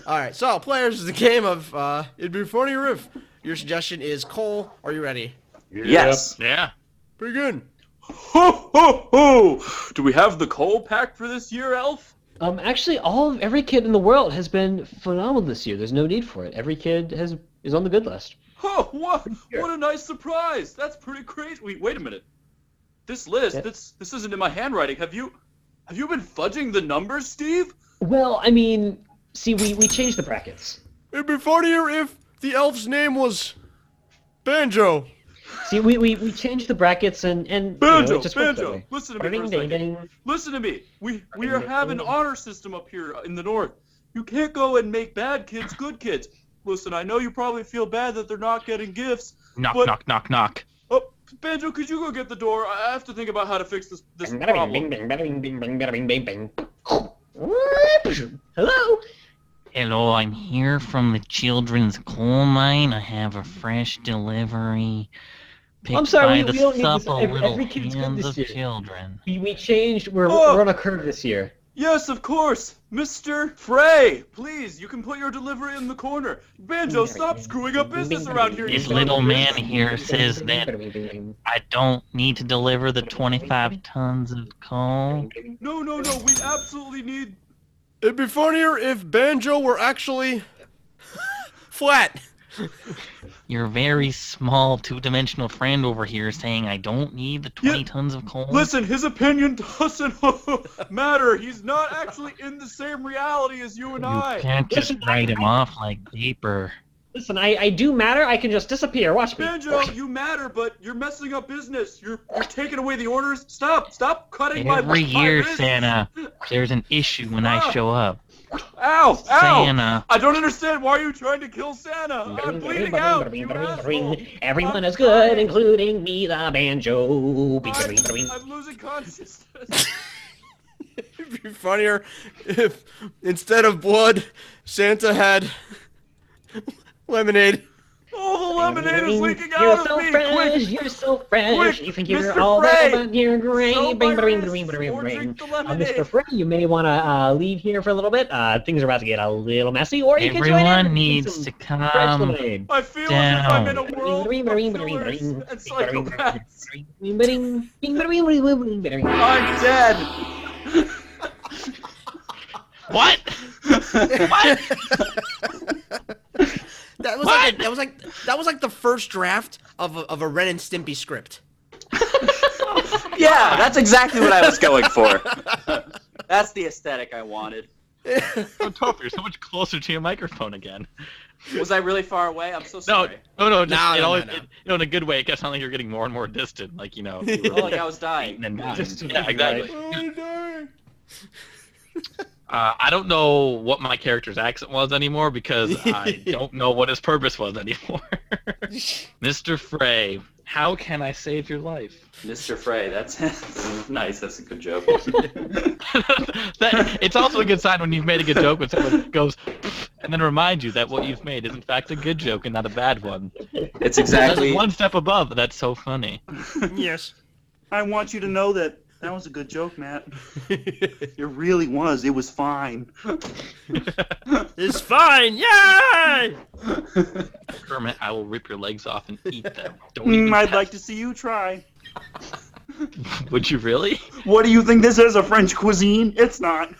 [SPEAKER 1] All right, so players is the game of uh, it'd be funny if your suggestion is Cole. Are you ready?
[SPEAKER 3] yes.
[SPEAKER 2] Yeah.
[SPEAKER 1] Pretty good.
[SPEAKER 3] Ho ho ho! Do we have the coal pack for this year, Elf?
[SPEAKER 4] Um, actually, all of, every kid in the world has been phenomenal this year. There's no need for it. Every kid has is on the good list.
[SPEAKER 3] Oh, what? What a nice surprise! That's pretty crazy. Wait, wait a minute. This list,
[SPEAKER 4] Yeah.
[SPEAKER 3] this this isn't in my handwriting. Have you, have you been fudging the numbers, Steve?
[SPEAKER 4] Well, I mean, see, we, we changed the brackets.
[SPEAKER 1] It'd be funnier if the elf's name was Banjo.
[SPEAKER 4] See, we, we, we changed the brackets and and you know,
[SPEAKER 3] Banjo,
[SPEAKER 4] it just worked that
[SPEAKER 3] banjo.
[SPEAKER 4] way.
[SPEAKER 3] Listen to me for
[SPEAKER 4] Ding
[SPEAKER 3] a
[SPEAKER 4] ding
[SPEAKER 3] second.
[SPEAKER 4] ding.
[SPEAKER 3] Listen to me. We we
[SPEAKER 4] Ding,
[SPEAKER 3] are
[SPEAKER 4] ding,
[SPEAKER 3] having
[SPEAKER 4] ding.
[SPEAKER 3] honor system up here in the north. You can't go and make bad kids good kids. Listen, I know you probably feel bad that they're not getting gifts.
[SPEAKER 2] Knock,
[SPEAKER 3] What?
[SPEAKER 2] knock, knock, knock.
[SPEAKER 3] Oh, Banjo, could you go get the door? I have to think about how to fix this this
[SPEAKER 4] Bing,
[SPEAKER 3] problem.
[SPEAKER 4] bada-bing, bing, bada-bing, bing, bing, bada-bing, bing, bing. Hello.
[SPEAKER 8] Hello, I'm here from the children's coal mine. I have a fresh delivery. Picked
[SPEAKER 4] I'm sorry,
[SPEAKER 8] by
[SPEAKER 4] we-
[SPEAKER 8] the
[SPEAKER 4] we don't need this.
[SPEAKER 8] supple
[SPEAKER 4] Every-
[SPEAKER 8] little
[SPEAKER 4] every kid's good
[SPEAKER 8] hands
[SPEAKER 4] this
[SPEAKER 8] of
[SPEAKER 4] year.
[SPEAKER 8] children.
[SPEAKER 4] We, we changed. We're,
[SPEAKER 3] Oh.
[SPEAKER 4] we're on a curve this year.
[SPEAKER 3] Yes, of course, Mr. Frey. Please, you can put your delivery in the corner. Banjo, stop screwing up business around here. you
[SPEAKER 8] This
[SPEAKER 3] son of a
[SPEAKER 8] little
[SPEAKER 3] bitch.
[SPEAKER 8] man here says that I don't need to deliver the 25 tons of coal.
[SPEAKER 3] No, no, no. We absolutely need.
[SPEAKER 1] It'd be funnier if Banjo were actually [LAUGHS] flat.
[SPEAKER 8] Your very small two-dimensional friend over here is saying I don't need the 20 tons of coal.
[SPEAKER 3] Listen, his opinion doesn't [LAUGHS] matter. He's not actually in the same reality as you and
[SPEAKER 8] you
[SPEAKER 3] I.
[SPEAKER 8] can't just
[SPEAKER 4] Listen, I-
[SPEAKER 8] write him off like paper.
[SPEAKER 4] Listen, I, I do matter. I can just disappear. Watch me.
[SPEAKER 3] Banjo, you matter, but you're messing up business. You're you're taking away the orders. Stop! Stop cutting my
[SPEAKER 8] Every
[SPEAKER 3] my
[SPEAKER 8] year,
[SPEAKER 3] wrist.
[SPEAKER 8] Santa, there's an issue when I show up.
[SPEAKER 3] Ow! Ow!
[SPEAKER 8] Santa,
[SPEAKER 3] I don't understand why you're trying to kill Santa. I'm bleeding out. You asshole.
[SPEAKER 4] Everyone is good, including me, the banjo.
[SPEAKER 3] I'm, I'm losing consciousness. [LAUGHS]
[SPEAKER 1] It'd be funnier if instead of blood, Santa had [LAUGHS] lemonade.
[SPEAKER 3] All the lemonade is leaking
[SPEAKER 4] you're
[SPEAKER 3] out
[SPEAKER 4] so
[SPEAKER 3] of me.
[SPEAKER 4] fresh,
[SPEAKER 3] Quick,
[SPEAKER 4] you're so fresh.
[SPEAKER 3] Quick,
[SPEAKER 4] you think you're
[SPEAKER 3] Mr.
[SPEAKER 4] all
[SPEAKER 3] Frey,
[SPEAKER 4] that, but you're great.
[SPEAKER 3] sell
[SPEAKER 4] Bing,
[SPEAKER 3] my
[SPEAKER 4] bring,
[SPEAKER 3] wrist
[SPEAKER 4] bring, bring,
[SPEAKER 3] or
[SPEAKER 4] bring.
[SPEAKER 3] drink the
[SPEAKER 4] Uh,
[SPEAKER 3] lemonade.
[SPEAKER 4] Mr. Frey, you may want to uh, leave here for a little bit. Uh, things are about to get a little messy, or you can join in.
[SPEAKER 8] everyone
[SPEAKER 4] and drink
[SPEAKER 8] needs
[SPEAKER 4] some
[SPEAKER 8] to
[SPEAKER 4] fresh
[SPEAKER 2] Um,
[SPEAKER 8] come.
[SPEAKER 4] lemonade.
[SPEAKER 3] I feel as if I'm in a
[SPEAKER 4] Down.
[SPEAKER 3] world of killers and psychopaths.
[SPEAKER 4] Bing, bing, bing, bing, bing, bing, bing, bing.
[SPEAKER 3] I'm dead.
[SPEAKER 2] What?
[SPEAKER 1] That was like a, that was like that was like the first draft of a, of a Ren and Stimpy script.
[SPEAKER 5] Yeah,
[SPEAKER 3] That's exactly what I was going
[SPEAKER 7] [LAUGHS]
[SPEAKER 3] for. That's the aesthetic I wanted.
[SPEAKER 2] Oh, Topher, you're so much closer to your microphone again.
[SPEAKER 3] Was I really far away? I'm so
[SPEAKER 2] No,
[SPEAKER 3] sorry.
[SPEAKER 2] [LAUGHS] no, no, just,
[SPEAKER 1] No,
[SPEAKER 2] it
[SPEAKER 1] no,
[SPEAKER 2] always,
[SPEAKER 1] no, no.
[SPEAKER 2] It, you know, in a good way, it kept sounding like you're getting more and more distant, like, you know.
[SPEAKER 3] Oh, like I was dying.
[SPEAKER 2] and then dying.
[SPEAKER 4] Just-
[SPEAKER 2] yeah, exactly.
[SPEAKER 1] no.
[SPEAKER 2] Uh, I don't know what my character's accent was anymore because I don't know what his purpose was anymore. [LAUGHS] Mr. Frey, how can I save your life? [LAUGHS]
[SPEAKER 3] Mr. Frey,
[SPEAKER 7] [LAUGHS]
[SPEAKER 3] that's nice. That's a good joke.
[SPEAKER 2] that, it's also a good sign when you've made a good joke when someone goes "Pff," and then remind you that what you've made is in fact a good joke and not a bad one.
[SPEAKER 3] It's
[SPEAKER 2] That's
[SPEAKER 3] exactly.
[SPEAKER 2] one step above. That's so funny.
[SPEAKER 1] Yes.
[SPEAKER 7] I want you to know that that was a good [LAUGHS] joke, Matt.
[SPEAKER 2] [LAUGHS]
[SPEAKER 7] It really was. It was fine.
[SPEAKER 1] It's fine. Yay!
[SPEAKER 2] [LAUGHS] Kermit, I will rip your legs off and eat them. Don't even
[SPEAKER 7] Mm, I'd
[SPEAKER 2] test-
[SPEAKER 7] like to see you try.
[SPEAKER 2] [LAUGHS] Would you really?
[SPEAKER 7] What do you think this is? A French cuisine? It's not.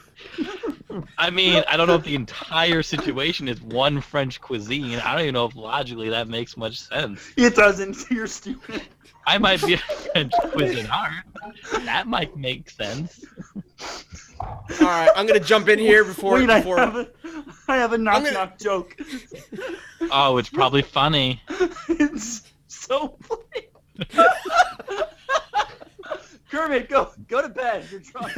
[SPEAKER 2] I mean, I don't know if the entire situation is one French cuisine. I don't even know if logically that makes much sense.
[SPEAKER 7] It
[SPEAKER 3] [LAUGHS]
[SPEAKER 7] doesn't. You're stupid.
[SPEAKER 2] I might be a French cuisinier. That might make sense.
[SPEAKER 1] All right, I'm gonna jump in here before
[SPEAKER 7] Wait,
[SPEAKER 1] before.
[SPEAKER 7] I have a, I have a knock
[SPEAKER 1] gonna-
[SPEAKER 7] knock joke.
[SPEAKER 2] Oh, it's probably funny.
[SPEAKER 7] [LAUGHS] it's so
[SPEAKER 3] [LAUGHS] Kermit, go [LAUGHS] go to bed. You're drunk.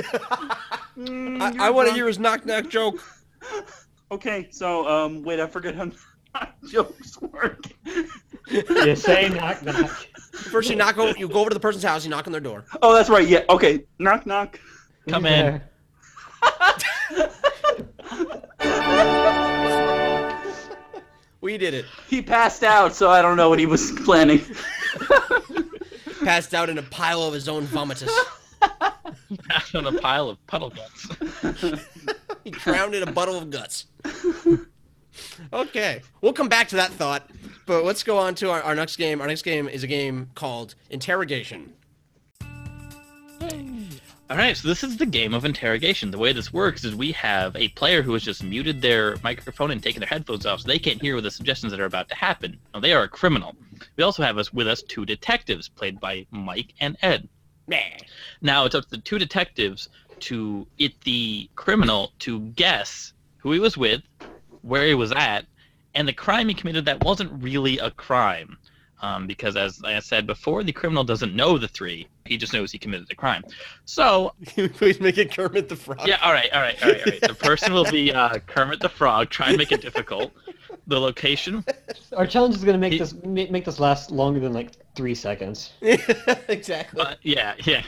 [SPEAKER 7] Mm,
[SPEAKER 1] I,
[SPEAKER 7] you're
[SPEAKER 1] I want to
[SPEAKER 7] drunk.
[SPEAKER 1] hear his knock knock joke.
[SPEAKER 7] Okay, so um, wait, I forget how [LAUGHS] jokes work.
[SPEAKER 4] You say knock knock.
[SPEAKER 1] First, you knock over. You go over to the person's house. You knock on their door.
[SPEAKER 7] Oh, that's right. Yeah. Okay. Knock knock.
[SPEAKER 2] Come
[SPEAKER 4] Who's
[SPEAKER 2] in.
[SPEAKER 4] there?
[SPEAKER 1] We did it.
[SPEAKER 3] He passed out, so I don't know what he was planning.
[SPEAKER 1] Passed out in a pile of his own vomitus.
[SPEAKER 2] on a pile of puddle guts.
[SPEAKER 1] He drowned in a bottle of guts. Okay, we'll come back to that thought, but let's go on to our, our next game. Our next game is a game called Interrogation.
[SPEAKER 2] All right, so this is the game of interrogation. The way this works is we have a player who has just muted their microphone and taken their headphones off, so they can't hear the suggestions that are about to happen. Now, they are a criminal. We also have us with us two detectives, played by Mike and Ed. Now it's up to the two detectives to get the criminal to guess who he was with, where he was at, and the crime he committed that wasn't really a crime. Um, because as I said before, the criminal doesn't know the three. He just knows he committed a crime. So
[SPEAKER 1] [LAUGHS] Please make it Kermit the Frog.
[SPEAKER 2] yeah, all right, all right, all right, all right. The person will be uh, Kermit the Frog. Try and make it difficult. The location.
[SPEAKER 4] Our challenge is gonna
[SPEAKER 2] He-
[SPEAKER 4] make this ma- make this last longer than like three seconds.
[SPEAKER 1] [LAUGHS] exactly.
[SPEAKER 2] Uh, yeah, yeah.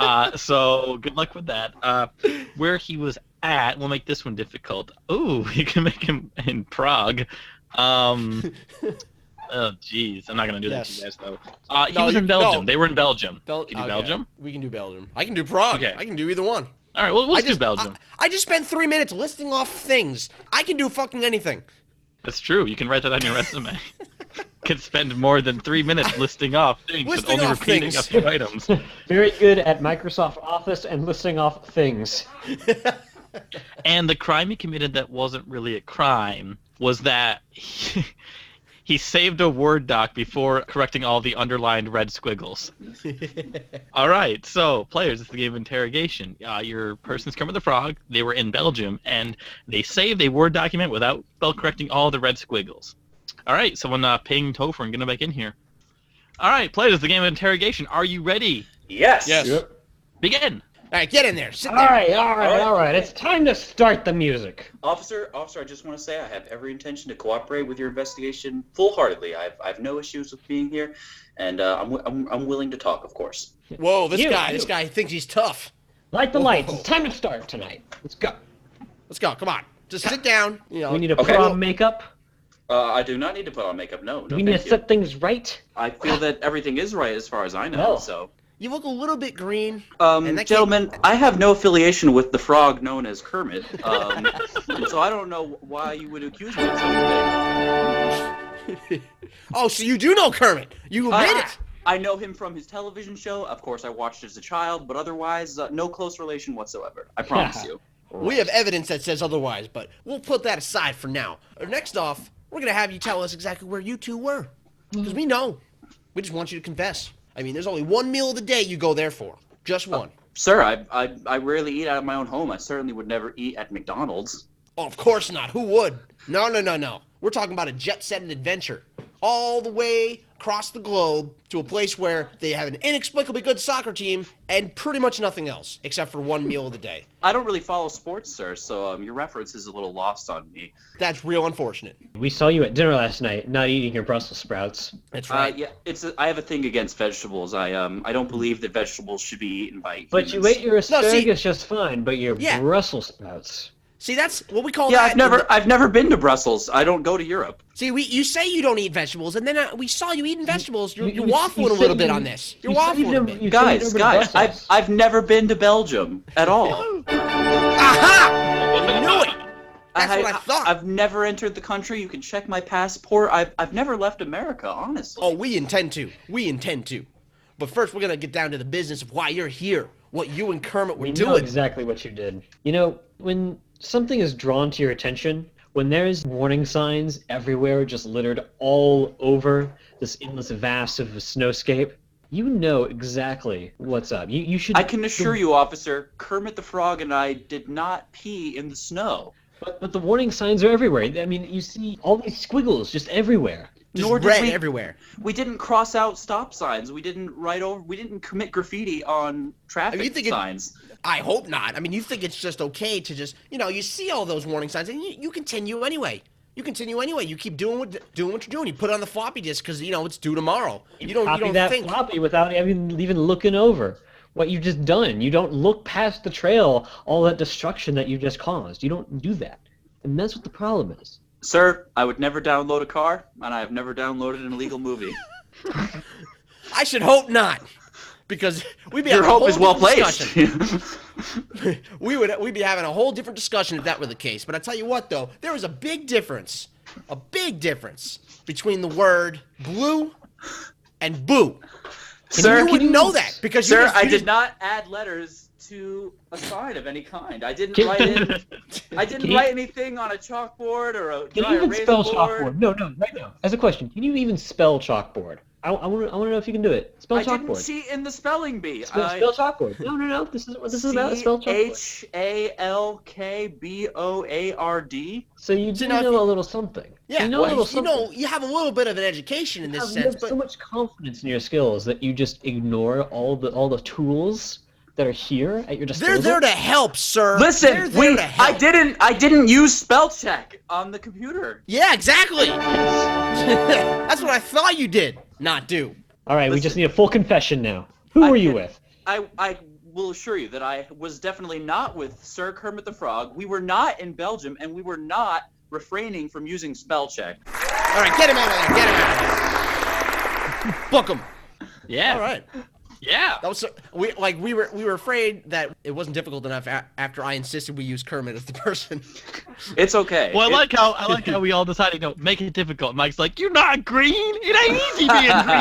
[SPEAKER 2] Uh, so good luck with that. Uh, where he was at will make this one difficult. Ooh, [LAUGHS] you can make him in Prague.
[SPEAKER 1] [LAUGHS]
[SPEAKER 2] Um, oh, jeez, I'm not gonna do
[SPEAKER 1] Yes.
[SPEAKER 2] that to you guys though. Uh, he
[SPEAKER 1] No,
[SPEAKER 2] was
[SPEAKER 1] you-
[SPEAKER 2] in Belgium.
[SPEAKER 1] no.
[SPEAKER 2] They were in Belgium.
[SPEAKER 1] Bel- oh,
[SPEAKER 2] Can you do
[SPEAKER 1] okay.
[SPEAKER 2] Belgium?
[SPEAKER 1] We can do Belgium. I can do Prague.
[SPEAKER 2] Okay.
[SPEAKER 1] I can do either one.
[SPEAKER 2] All right, well, let's
[SPEAKER 1] I just,
[SPEAKER 2] do Belgium.
[SPEAKER 1] I, I just spent three minutes listing off things. I can do fucking anything.
[SPEAKER 2] That's true. You can write that on
[SPEAKER 1] [LAUGHS]
[SPEAKER 2] your resume. Could spend more than three minutes listing off things,
[SPEAKER 1] Listing
[SPEAKER 2] but only
[SPEAKER 1] off
[SPEAKER 2] repeating
[SPEAKER 1] things.
[SPEAKER 2] a few items.
[SPEAKER 1] [LAUGHS]
[SPEAKER 4] Very good at Microsoft Office and listing off things.
[SPEAKER 2] And the crime he committed that wasn't really a crime was that he, [LAUGHS] he saved a Word doc before correcting all the underlined red squiggles. all right, so players, it's the game of interrogation. Uh, your person's come with the frog. They were in Belgium, and they saved a Word document without spell correcting all the red squiggles. All right, someone uh, ping Topher and get him back in here. All right, players, it's the game of interrogation. Are you ready?
[SPEAKER 3] Yes.
[SPEAKER 1] Yes. Yep.
[SPEAKER 2] Begin.
[SPEAKER 1] All right, get in there. Sit
[SPEAKER 4] All
[SPEAKER 1] there.
[SPEAKER 4] right, all right, all right. It's time to start the music.
[SPEAKER 3] Officer, officer, I just want to say I have every intention to cooperate with your investigation full heartedly. I've, I've no issues with being here, and uh, I'm, wi- I'm, I'm willing to talk, of course.
[SPEAKER 1] Whoa, this
[SPEAKER 4] You,
[SPEAKER 1] guy.
[SPEAKER 4] you.
[SPEAKER 1] This guy thinks he's tough.
[SPEAKER 4] Light the lights.
[SPEAKER 1] Whoa.
[SPEAKER 4] It's time to start tonight. Let's go.
[SPEAKER 1] Let's go. Come on. Just sit down. You know.
[SPEAKER 4] We need to
[SPEAKER 3] Okay.
[SPEAKER 4] put on makeup.
[SPEAKER 3] Uh, I do not need to put on makeup. No, no,
[SPEAKER 4] we need to
[SPEAKER 3] thank you.
[SPEAKER 4] set things right.
[SPEAKER 3] I feel that everything is right as far as I know.
[SPEAKER 4] Oh.
[SPEAKER 3] So,
[SPEAKER 1] you look a little bit green.
[SPEAKER 3] um,
[SPEAKER 1] And that
[SPEAKER 3] gentlemen, I have no affiliation with the frog known as Kermit, um, [LAUGHS] so I don't know why you would accuse me of something.
[SPEAKER 1] Oh, so you do know Kermit. You
[SPEAKER 4] Uh,
[SPEAKER 1] admit
[SPEAKER 3] I-
[SPEAKER 1] it.
[SPEAKER 3] I know him from his television show. Of course, I watched it as a child, but otherwise, uh, no close relation whatsoever. I promise you.
[SPEAKER 4] uh,
[SPEAKER 1] We have evidence that says otherwise, but we'll put that aside for now. Next off, we're gonna have you tell us exactly where you two were,
[SPEAKER 4] Mm-hmm.
[SPEAKER 1] because we know. We just want you to confess. I mean, there's only one meal of the day you go there for, just
[SPEAKER 4] Uh,
[SPEAKER 1] one.
[SPEAKER 3] Sir, I, I I rarely eat out of my own home. I certainly would never eat at McDonald's.
[SPEAKER 1] Oh, of course not. Who would? No, no, no, no. We're talking about a jet-setted adventure, all the way across the globe to a place where they have an inexplicably good soccer team and pretty much nothing else except for one meal of the day.
[SPEAKER 3] I don't really follow sports, sir, so um, your reference is a little lost on me.
[SPEAKER 1] That's real unfortunate.
[SPEAKER 4] We saw you at dinner last night, not eating your Brussels sprouts.
[SPEAKER 1] That's
[SPEAKER 3] Uh,
[SPEAKER 1] right.
[SPEAKER 3] yeah, it's a, I have a thing against vegetables. I um I don't believe that vegetables should be eaten by humans.
[SPEAKER 4] But you ate your
[SPEAKER 1] see-
[SPEAKER 4] asparagus just fine, but your
[SPEAKER 1] Yeah.
[SPEAKER 4] Brussels sprouts.
[SPEAKER 1] See, that's what we call
[SPEAKER 3] Yeah,
[SPEAKER 1] that
[SPEAKER 3] I've
[SPEAKER 1] in
[SPEAKER 3] never
[SPEAKER 1] the-
[SPEAKER 3] I've never been to Brussels. I don't go to Europe.
[SPEAKER 1] See, we you say you don't eat vegetables, and then uh, we saw you eating vegetables. You're,
[SPEAKER 4] you-
[SPEAKER 1] you're
[SPEAKER 4] you
[SPEAKER 1] waffling a
[SPEAKER 4] said
[SPEAKER 1] little bit
[SPEAKER 4] you-
[SPEAKER 1] on this. You're
[SPEAKER 4] you said you
[SPEAKER 1] waffling a
[SPEAKER 4] never-
[SPEAKER 1] bit.
[SPEAKER 4] you- said
[SPEAKER 3] Guys,
[SPEAKER 4] never to
[SPEAKER 3] guys, I've
[SPEAKER 4] Brussels.
[SPEAKER 3] I've never been to Belgium at all.
[SPEAKER 1] Aha! I knew it. [LAUGHS] That's
[SPEAKER 3] I,
[SPEAKER 1] what I thought.
[SPEAKER 3] have never entered the country. You can check my passport. I've I've never left America, honestly.
[SPEAKER 1] Oh, we intend to. We intend to. But first, we're gonna get down to the business of why you're here, what you and Kermit were
[SPEAKER 4] We know
[SPEAKER 1] doing.
[SPEAKER 4] exactly what you did. You know, when something is drawn to your attention, when there's warning signs everywhere, just littered all over this endless vast of a snowscape, you know exactly what's up. You, you should.
[SPEAKER 3] I can assure you, officer, Kermit the Frog and I did not pee in the snow.
[SPEAKER 4] But, but the warning signs are everywhere. I mean, you see all these squiggles just everywhere.
[SPEAKER 1] Just
[SPEAKER 3] Nor did
[SPEAKER 1] red
[SPEAKER 3] we-
[SPEAKER 1] everywhere.
[SPEAKER 3] We didn't cross out stop signs. We didn't write over. We didn't commit graffiti on traffic
[SPEAKER 1] think it-
[SPEAKER 3] signs.
[SPEAKER 1] I hope not. I mean, you think it's just okay to just, you know, you see all those warning signs and you, you continue anyway. You continue anyway. You keep doing what doing what you're doing. You put it on the floppy disk because you know it's due tomorrow. You don't you
[SPEAKER 4] Copy
[SPEAKER 1] don't
[SPEAKER 4] that
[SPEAKER 1] think.
[SPEAKER 4] floppy without even even looking over what you just done. You don't look past the trail, all that destruction that you just caused. You don't do that, and that's what the problem is.
[SPEAKER 3] Sir, I would never download a car, and I have never downloaded an
[SPEAKER 4] [LAUGHS]
[SPEAKER 3] illegal movie.
[SPEAKER 1] I should hope not, because we'd be
[SPEAKER 3] Your
[SPEAKER 1] having a
[SPEAKER 3] hope
[SPEAKER 1] whole
[SPEAKER 3] is well
[SPEAKER 1] different
[SPEAKER 3] placed.
[SPEAKER 1] discussion.
[SPEAKER 3] [LAUGHS]
[SPEAKER 1] we would we'd be having a whole different discussion if that were the case. But I tell you what, though, there was a big difference, a big difference between the word blue and boo.
[SPEAKER 3] Sir,
[SPEAKER 1] you would not know that because you
[SPEAKER 3] Sir,
[SPEAKER 1] just-
[SPEAKER 3] I
[SPEAKER 1] you
[SPEAKER 3] did
[SPEAKER 1] just
[SPEAKER 3] not add letters to a sign of any kind. I didn't
[SPEAKER 4] Can- [LAUGHS]
[SPEAKER 3] write in. I didn't
[SPEAKER 4] Can you-
[SPEAKER 3] write anything on a chalkboard or a
[SPEAKER 4] Can
[SPEAKER 3] dry
[SPEAKER 4] you even
[SPEAKER 3] erase
[SPEAKER 4] spell
[SPEAKER 3] board.
[SPEAKER 4] chalkboard? No, no, right now. As a question, can you even spell chalkboard? I, I want to I wanna know if you can do it. Spell
[SPEAKER 3] I didn't
[SPEAKER 4] chalkboard.
[SPEAKER 3] cheat in the spelling bee.
[SPEAKER 4] Spell,
[SPEAKER 1] uh,
[SPEAKER 3] I-
[SPEAKER 4] spell chalkboard. No, no, no. This is what this is about. Spell chalkboard.
[SPEAKER 3] C H A L K B O A R D.
[SPEAKER 4] So you do
[SPEAKER 1] So now if
[SPEAKER 4] know
[SPEAKER 1] you-
[SPEAKER 4] a little something.
[SPEAKER 1] yeah,
[SPEAKER 4] you know a little
[SPEAKER 1] you
[SPEAKER 4] something.
[SPEAKER 1] know you have a little bit of an education in
[SPEAKER 4] You
[SPEAKER 1] this
[SPEAKER 4] have- you
[SPEAKER 1] sense,
[SPEAKER 4] have
[SPEAKER 1] but
[SPEAKER 4] so much confidence in your skills that you just ignore all the all the tools that are here at your disposal.
[SPEAKER 1] they're there to help, sir. They're
[SPEAKER 3] Listen,
[SPEAKER 1] there
[SPEAKER 3] we.
[SPEAKER 1] to
[SPEAKER 3] I
[SPEAKER 1] help.
[SPEAKER 3] didn't. I didn't use spell check on the computer.
[SPEAKER 1] Yeah, exactly. [LAUGHS] That's what I thought you did not do.
[SPEAKER 4] All right, we just need a full confession now. Who
[SPEAKER 3] I
[SPEAKER 4] were you
[SPEAKER 3] can-
[SPEAKER 4] with?
[SPEAKER 3] I. I will assure you that I was definitely not with Sir Kermit the Frog. We were not in Belgium, and we were not refraining from using spell check.
[SPEAKER 1] All right, get him out of there. Get him out of there. Book him.
[SPEAKER 2] Yeah.
[SPEAKER 1] All right.
[SPEAKER 2] Yeah.
[SPEAKER 1] That was so, we like we were we were afraid that it wasn't difficult enough a- after I insisted we use Kermit as the [LAUGHS] person.
[SPEAKER 3] It's okay.
[SPEAKER 2] Well, I
[SPEAKER 3] It-
[SPEAKER 2] like how I like how we all decided no, make it difficult. Mike's like, you're not green. It
[SPEAKER 4] [LAUGHS]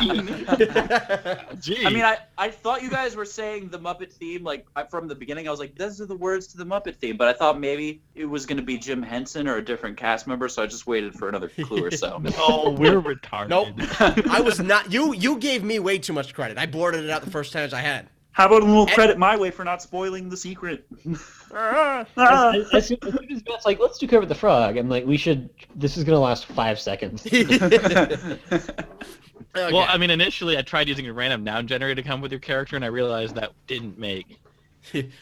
[SPEAKER 2] ain't easy being green. Gee.
[SPEAKER 3] I mean, I, I thought you guys were saying the Muppet theme, like I, from the beginning. I was like, those are the words to the Muppet theme, but I thought maybe it was going to be Jim Henson or a different cast member, so I just waited for another clue
[SPEAKER 2] [LAUGHS]
[SPEAKER 3] or so.
[SPEAKER 2] oh, we're retarded.
[SPEAKER 1] Nope. I was not you. You gave me way too much credit. I boarded it out the first times I
[SPEAKER 3] [LAUGHS]
[SPEAKER 1] had.
[SPEAKER 7] How about a little
[SPEAKER 1] And-
[SPEAKER 7] credit my way for not spoiling the secret?
[SPEAKER 4] [LAUGHS] As,
[SPEAKER 7] Ah,
[SPEAKER 4] [LAUGHS] as- as soon, as soon as Matt's like, let's do Kermit the Frog, I'm like, we should. This is gonna last five [LAUGHS] seconds.
[SPEAKER 1] Okay.
[SPEAKER 2] Well, I mean, initially I tried using a random noun generator to come up with your character, and I realized that didn't make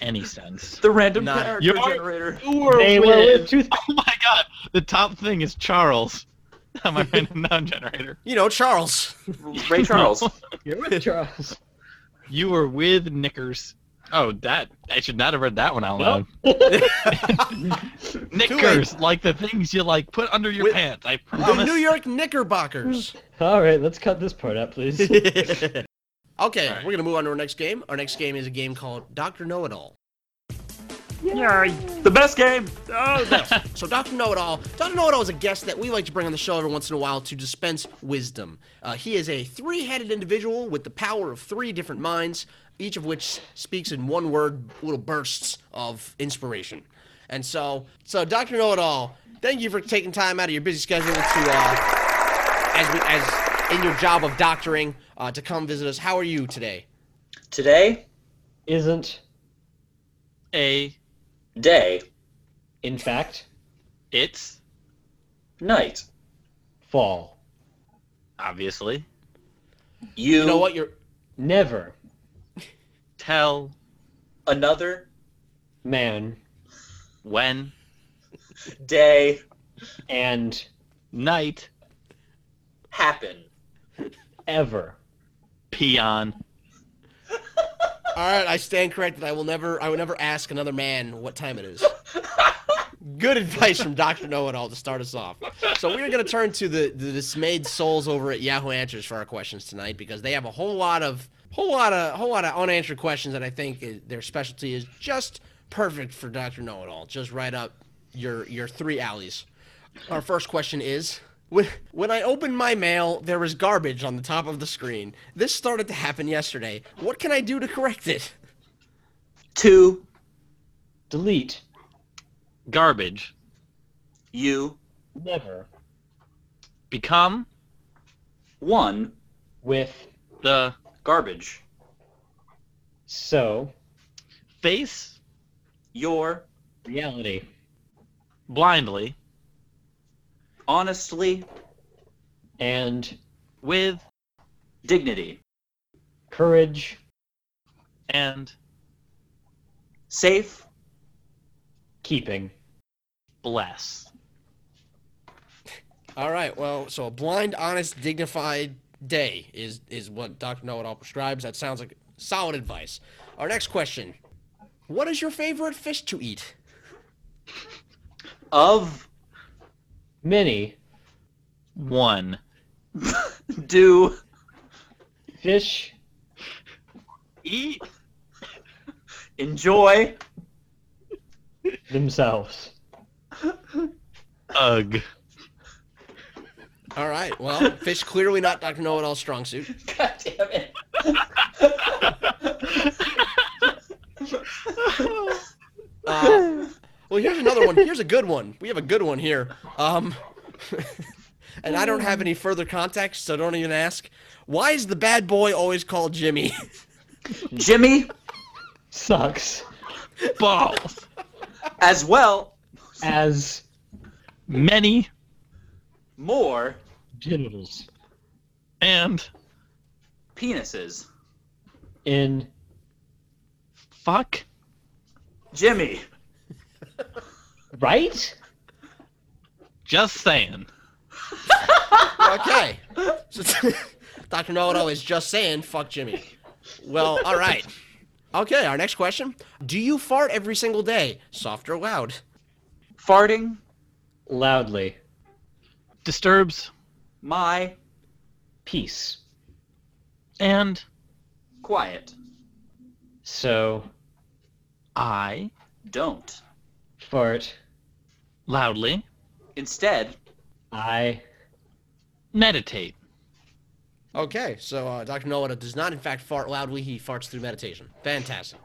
[SPEAKER 2] any sense.
[SPEAKER 3] the random
[SPEAKER 1] Nah.
[SPEAKER 3] character
[SPEAKER 2] You're-
[SPEAKER 3] generator.
[SPEAKER 2] You were
[SPEAKER 4] they were with tooth.
[SPEAKER 2] Oh my god! The top thing is Charles [LAUGHS] on my random noun generator.
[SPEAKER 1] you know Charles.
[SPEAKER 2] [LAUGHS]
[SPEAKER 3] Ray Charles.
[SPEAKER 4] [LAUGHS] You're with [LAUGHS] Charles.
[SPEAKER 2] You were with Knickers. Oh, that I should not have read that one out loud.
[SPEAKER 4] Nope.
[SPEAKER 2] Knickers, like the things you like put under your
[SPEAKER 1] With-
[SPEAKER 2] pants. I
[SPEAKER 1] the
[SPEAKER 2] promise.
[SPEAKER 1] New York Knickerbockers.
[SPEAKER 4] [LAUGHS] All right, let's cut this part out, [LAUGHS] please.
[SPEAKER 1] okay,
[SPEAKER 2] right.
[SPEAKER 1] we're gonna move on to our next game. Our next game is a game called Doctor Know It All.
[SPEAKER 7] the best game. Oh, no.
[SPEAKER 1] So Dr. Know-It-All, Dr. Know-It-All is a guest that we like to bring on the show every once in a while to dispense wisdom. Uh, he is a three-headed individual with the power of three different minds, each of which speaks in one word, little bursts of inspiration. And so, so Dr. Know-It-All, thank you for taking time out of your busy schedule to, uh, as we, as in your job of doctoring, uh, to come visit us. How are you today?
[SPEAKER 5] Today,
[SPEAKER 4] Isn't,
[SPEAKER 2] A,
[SPEAKER 5] day,
[SPEAKER 4] in fact,
[SPEAKER 2] it's
[SPEAKER 5] night.
[SPEAKER 4] fall.
[SPEAKER 2] obviously
[SPEAKER 5] You,
[SPEAKER 1] You know what? You're
[SPEAKER 4] Never,
[SPEAKER 2] tell
[SPEAKER 5] another
[SPEAKER 4] man,
[SPEAKER 2] when
[SPEAKER 5] day
[SPEAKER 4] and
[SPEAKER 2] night
[SPEAKER 5] happen.
[SPEAKER 4] ever.
[SPEAKER 2] peon.
[SPEAKER 1] All right, I stand corrected. I will never, I will never ask another man what time it is. Good advice from Doctor Know It All to start us off. So we are going to turn to the, the dismayed souls over at Yahoo Answers for our questions tonight because they have a whole lot of whole lot of whole lot of unanswered questions that I think is, their specialty is just perfect for Doctor Know It All. Just right up your your three alleys. Our first question is when, when I opened my mail, there was garbage on the top of the screen. This started to happen yesterday. What can I do to correct it?
[SPEAKER 5] To
[SPEAKER 4] Delete.
[SPEAKER 2] Garbage.
[SPEAKER 5] you,
[SPEAKER 4] Never.
[SPEAKER 2] Become
[SPEAKER 5] one,
[SPEAKER 4] With.
[SPEAKER 2] the
[SPEAKER 5] garbage.
[SPEAKER 4] So.
[SPEAKER 2] face
[SPEAKER 5] Your,
[SPEAKER 4] Reality.
[SPEAKER 2] blindly
[SPEAKER 5] honestly,
[SPEAKER 4] and
[SPEAKER 2] with
[SPEAKER 3] Dignity.
[SPEAKER 4] courage,
[SPEAKER 2] and
[SPEAKER 3] Safe.
[SPEAKER 4] keeping.
[SPEAKER 2] bless.
[SPEAKER 1] All right. Well, so a blind, honest, dignified day is is what Doctor Know It All prescribes. That sounds like solid advice. Our next question: What is your favorite fish to eat?
[SPEAKER 3] Of.
[SPEAKER 4] Many
[SPEAKER 2] One.
[SPEAKER 3] Do.
[SPEAKER 4] fish
[SPEAKER 2] Eat
[SPEAKER 3] Enjoy.
[SPEAKER 4] themselves.
[SPEAKER 2] ugh.
[SPEAKER 1] All right. Well, fish clearly not Doctor Know It All's strong suit.
[SPEAKER 3] [LAUGHS] God damn it.
[SPEAKER 1] [LAUGHS] Uh, well, here's another one. Here's a good one. We have a good one here. Um, [LAUGHS] and I don't have any further context, so don't even ask. Why is the bad boy always called Jimmy? [LAUGHS]
[SPEAKER 3] Jimmy,
[SPEAKER 4] Sucks
[SPEAKER 2] Balls.
[SPEAKER 3] as well,
[SPEAKER 4] as
[SPEAKER 2] Many
[SPEAKER 3] more
[SPEAKER 4] genitals
[SPEAKER 2] and
[SPEAKER 3] penises.
[SPEAKER 4] in
[SPEAKER 2] fuck
[SPEAKER 3] Jimmy,
[SPEAKER 4] right?
[SPEAKER 2] Just saying.
[SPEAKER 1] okay. So, [LAUGHS] Dr. Know-It-All is just saying, fuck Jimmy. Well, all right. Okay, our next question. Do you fart every single day, soft or loud?
[SPEAKER 3] farting
[SPEAKER 4] Loudly.
[SPEAKER 2] Disturbs
[SPEAKER 3] my
[SPEAKER 4] Peace.
[SPEAKER 2] and
[SPEAKER 3] quiet.
[SPEAKER 4] So
[SPEAKER 2] I
[SPEAKER 3] Don't.
[SPEAKER 4] fart.
[SPEAKER 2] loudly
[SPEAKER 3] Instead,
[SPEAKER 4] I
[SPEAKER 2] meditate.
[SPEAKER 1] Okay, so uh, Dr. Know-It-All does not, in fact, fart loudly. He farts through meditation. Fantastic.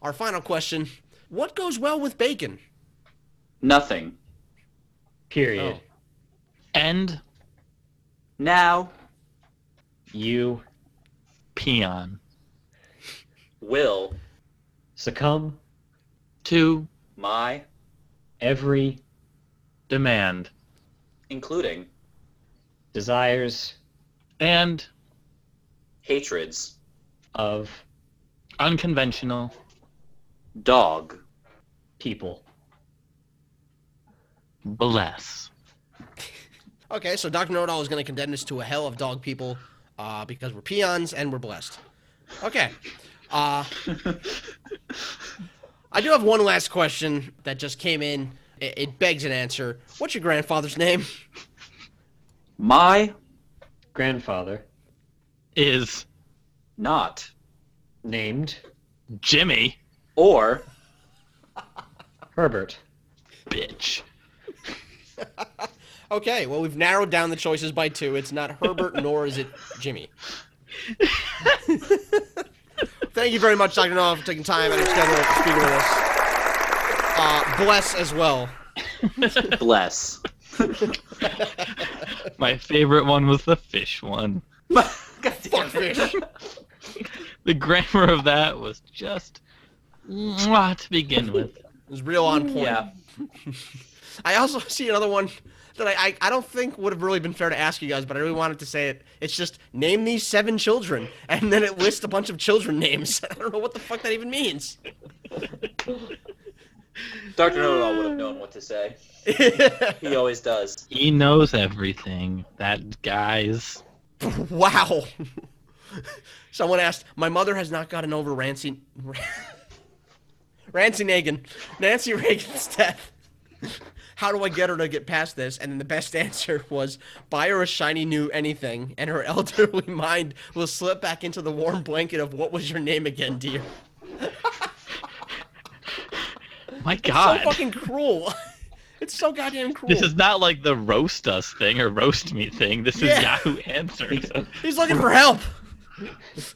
[SPEAKER 1] Our final question. What goes well with bacon?
[SPEAKER 3] nothing.
[SPEAKER 4] period.
[SPEAKER 2] End
[SPEAKER 3] Now
[SPEAKER 4] You
[SPEAKER 2] peon
[SPEAKER 3] will
[SPEAKER 4] succumb
[SPEAKER 2] to
[SPEAKER 3] my
[SPEAKER 4] every
[SPEAKER 2] demand
[SPEAKER 3] including
[SPEAKER 4] desires
[SPEAKER 2] and
[SPEAKER 3] hatreds
[SPEAKER 4] of
[SPEAKER 2] unconventional
[SPEAKER 3] dog
[SPEAKER 4] people.
[SPEAKER 2] bless.
[SPEAKER 1] Okay, so Dr. Know-It-All is going to condemn us to a hell of dog people uh, because we're peons and we're blessed. Okay. Uh,
[SPEAKER 3] [LAUGHS]
[SPEAKER 1] I do have one last question that just came in. It, it begs an answer. What's your grandfather's name? [LAUGHS]
[SPEAKER 3] my
[SPEAKER 4] Grandfather
[SPEAKER 2] Is
[SPEAKER 3] not
[SPEAKER 4] named
[SPEAKER 2] Jimmy
[SPEAKER 3] or
[SPEAKER 4] Herbert.
[SPEAKER 2] bitch.
[SPEAKER 1] Okay, well, we've narrowed down the choices by two. It's not Herbert, nor is it
[SPEAKER 3] [LAUGHS]
[SPEAKER 1] Jimmy. Thank you very much, Dr. Know-It-All, for taking time out of your schedule to speak with us. Uh, bless as well.
[SPEAKER 3] bless.
[SPEAKER 2] My favorite one was the fish one.
[SPEAKER 3] God damn
[SPEAKER 1] Fuck
[SPEAKER 3] it.
[SPEAKER 1] fish.
[SPEAKER 2] The grammar of that was just mwah, to begin with.
[SPEAKER 1] It's real on point.
[SPEAKER 3] Yeah.
[SPEAKER 1] I also [LAUGHS] see another one that I, I, I don't think would have really been fair to ask you guys, but I really wanted to say it. It's just name these seven children, and then it lists a bunch of children names. [LAUGHS] I don't know what the fuck that even means. [LAUGHS]
[SPEAKER 3] Dr. Know-It-All would have known what to say. He always does.
[SPEAKER 2] He knows everything. That guy's
[SPEAKER 1] wow. Someone asked, my mother has not gotten over Rancy. Rancy Nagan. Nancy Reagan's death. How do I get her to get past this? And then the best answer was buy her a shiny new anything, and her [LAUGHS] elderly mind will slip back into the warm blanket of what was your name again, dear?
[SPEAKER 2] my
[SPEAKER 1] So
[SPEAKER 2] god.
[SPEAKER 1] fucking cruel. [LAUGHS] it's so goddamn cruel.
[SPEAKER 2] This is not like the roast us thing or roast me thing. This is
[SPEAKER 1] Yeah.
[SPEAKER 2] Yahoo Answers.
[SPEAKER 1] He's looking for help.
[SPEAKER 4] It's,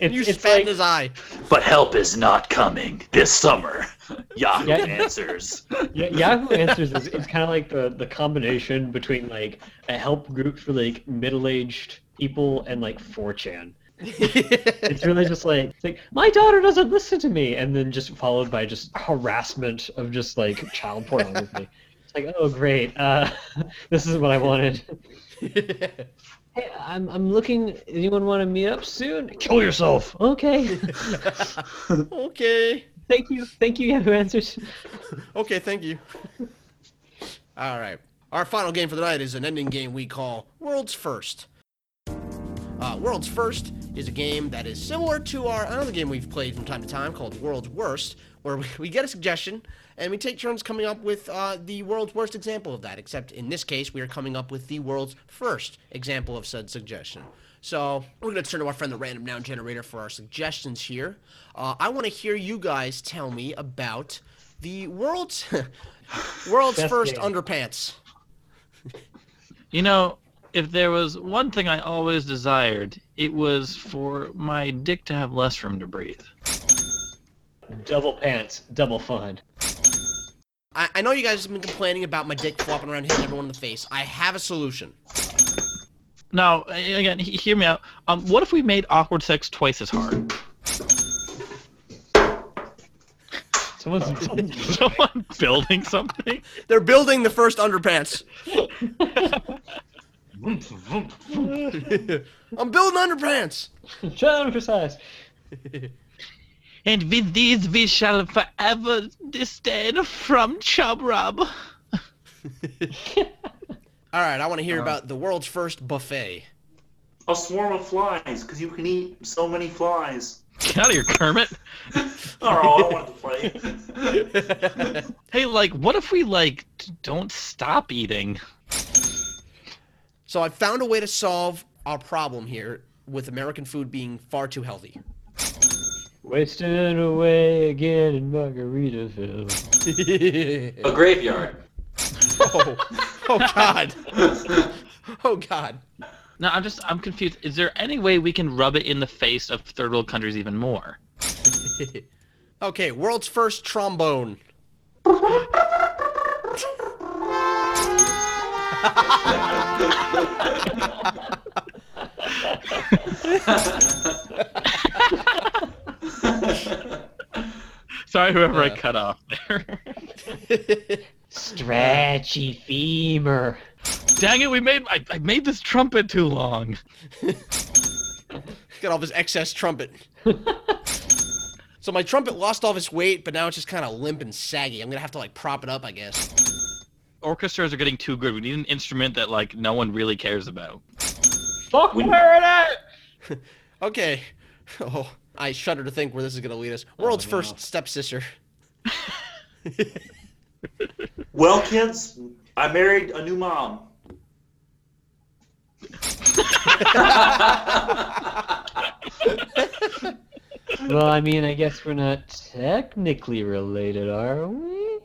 [SPEAKER 1] You
[SPEAKER 4] it's
[SPEAKER 1] spat in
[SPEAKER 4] like
[SPEAKER 1] his eye.
[SPEAKER 3] But help is not coming this summer. [LAUGHS] Yahoo
[SPEAKER 7] [LAUGHS]
[SPEAKER 4] Yeah.
[SPEAKER 3] answers.
[SPEAKER 4] Yeah, Yahoo Answers is it's kind of like the, the combination between like a help group for like middle aged people and like 4chan. It's really just like it's like my daughter doesn't listen to me, and then just followed by just harassment of [LAUGHS] just like child pornography. It's like oh great, uh, this is what I wanted. Hey, I'm, I'm looking. Anyone want to meet up soon? Kill yourself. Okay.
[SPEAKER 1] [LAUGHS] okay.
[SPEAKER 4] [LAUGHS] Thank you. Thank you, Yahoo Answers.
[SPEAKER 1] Okay, thank you. [LAUGHS] All right. Our final game for the night is an ending game we call World's First. Uh, World's First is a game that is similar to our another game we've played from time to time called World's Worst, where we, we get a suggestion and we take turns coming up with uh, the world's worst example of that. Except in this case, we are coming up with the world's first example of said suggestion. So we're going to turn to our friend the random noun generator for our suggestions here. Uh, I want to hear you guys tell me about the world's [LAUGHS] world's
[SPEAKER 4] Best
[SPEAKER 1] first
[SPEAKER 4] game.
[SPEAKER 1] underpants.
[SPEAKER 2] You know, if there was one thing I always desired, it was for my dick to have less room to breathe.
[SPEAKER 4] Double pants, double fun.
[SPEAKER 1] I, I know you guys have been complaining about my dick flopping around hitting everyone in the face. I have a solution.
[SPEAKER 2] Now, a- again, he- hear me out. Um, what if we made awkward sex twice as hard?
[SPEAKER 4] [LAUGHS]
[SPEAKER 1] Oh
[SPEAKER 2] [LAUGHS]
[SPEAKER 4] Someone's
[SPEAKER 2] Someone building something?
[SPEAKER 1] They're building the first underpants. I'm building underpants.
[SPEAKER 4] trying for size.
[SPEAKER 8] And with these we shall forever disdain from Chub Rub.
[SPEAKER 1] All right, I want to hear about the world's first buffet.
[SPEAKER 7] A swarm of flies, because you can eat so many flies.
[SPEAKER 2] Get out of here, Kermit.
[SPEAKER 7] Oh, I don't want to play.
[SPEAKER 3] [LAUGHS]
[SPEAKER 2] Hey, like, what if we, like, d- don't stop eating?
[SPEAKER 1] So I found a way to solve our problem here with American food being far too healthy.
[SPEAKER 4] Wasting away again in Margaritaville.
[SPEAKER 3] A graveyard.
[SPEAKER 1] Oh, oh God. Oh God.
[SPEAKER 2] No, I'm just, I'm confused. Is there any way we can rub it in the face of third world countries even more?
[SPEAKER 1] Okay, world's first trombone. [LAUGHS]
[SPEAKER 2] Sorry, whoever I cut off there. [LAUGHS]
[SPEAKER 4] Stretchy femur.
[SPEAKER 2] Dang it, we made, I, I made this trumpet too long.
[SPEAKER 1] Got all this excess trumpet. so my trumpet lost all this weight, but now it's just kind of limp and saggy. I'm gonna have to like prop it up, I guess.
[SPEAKER 2] Orchestras are getting too good. We need an instrument that, like, no one really cares about.
[SPEAKER 4] Fuck
[SPEAKER 3] When-
[SPEAKER 1] Okay. [LAUGHS] Oh, I shudder to think where this is gonna lead us. World's first stepsister.
[SPEAKER 7] well, kids, I married a new mom.
[SPEAKER 3] [LAUGHS]
[SPEAKER 4] Well, I mean, I guess we're not technically related, are we?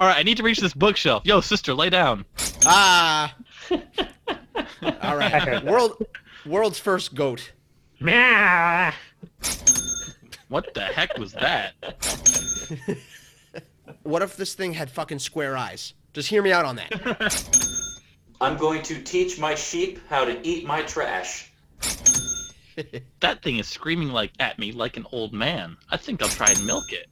[SPEAKER 2] All right, I need to reach this bookshelf. Yo, sister, lay down.
[SPEAKER 1] Ah. all right. World, world's first goat.
[SPEAKER 2] What the heck was that?
[SPEAKER 1] What if this thing had fucking square eyes? Just hear me out on that.
[SPEAKER 3] I'm going to teach my sheep how to eat my trash.
[SPEAKER 2] That thing is screaming like at me like an old man. I think I'll try and milk it.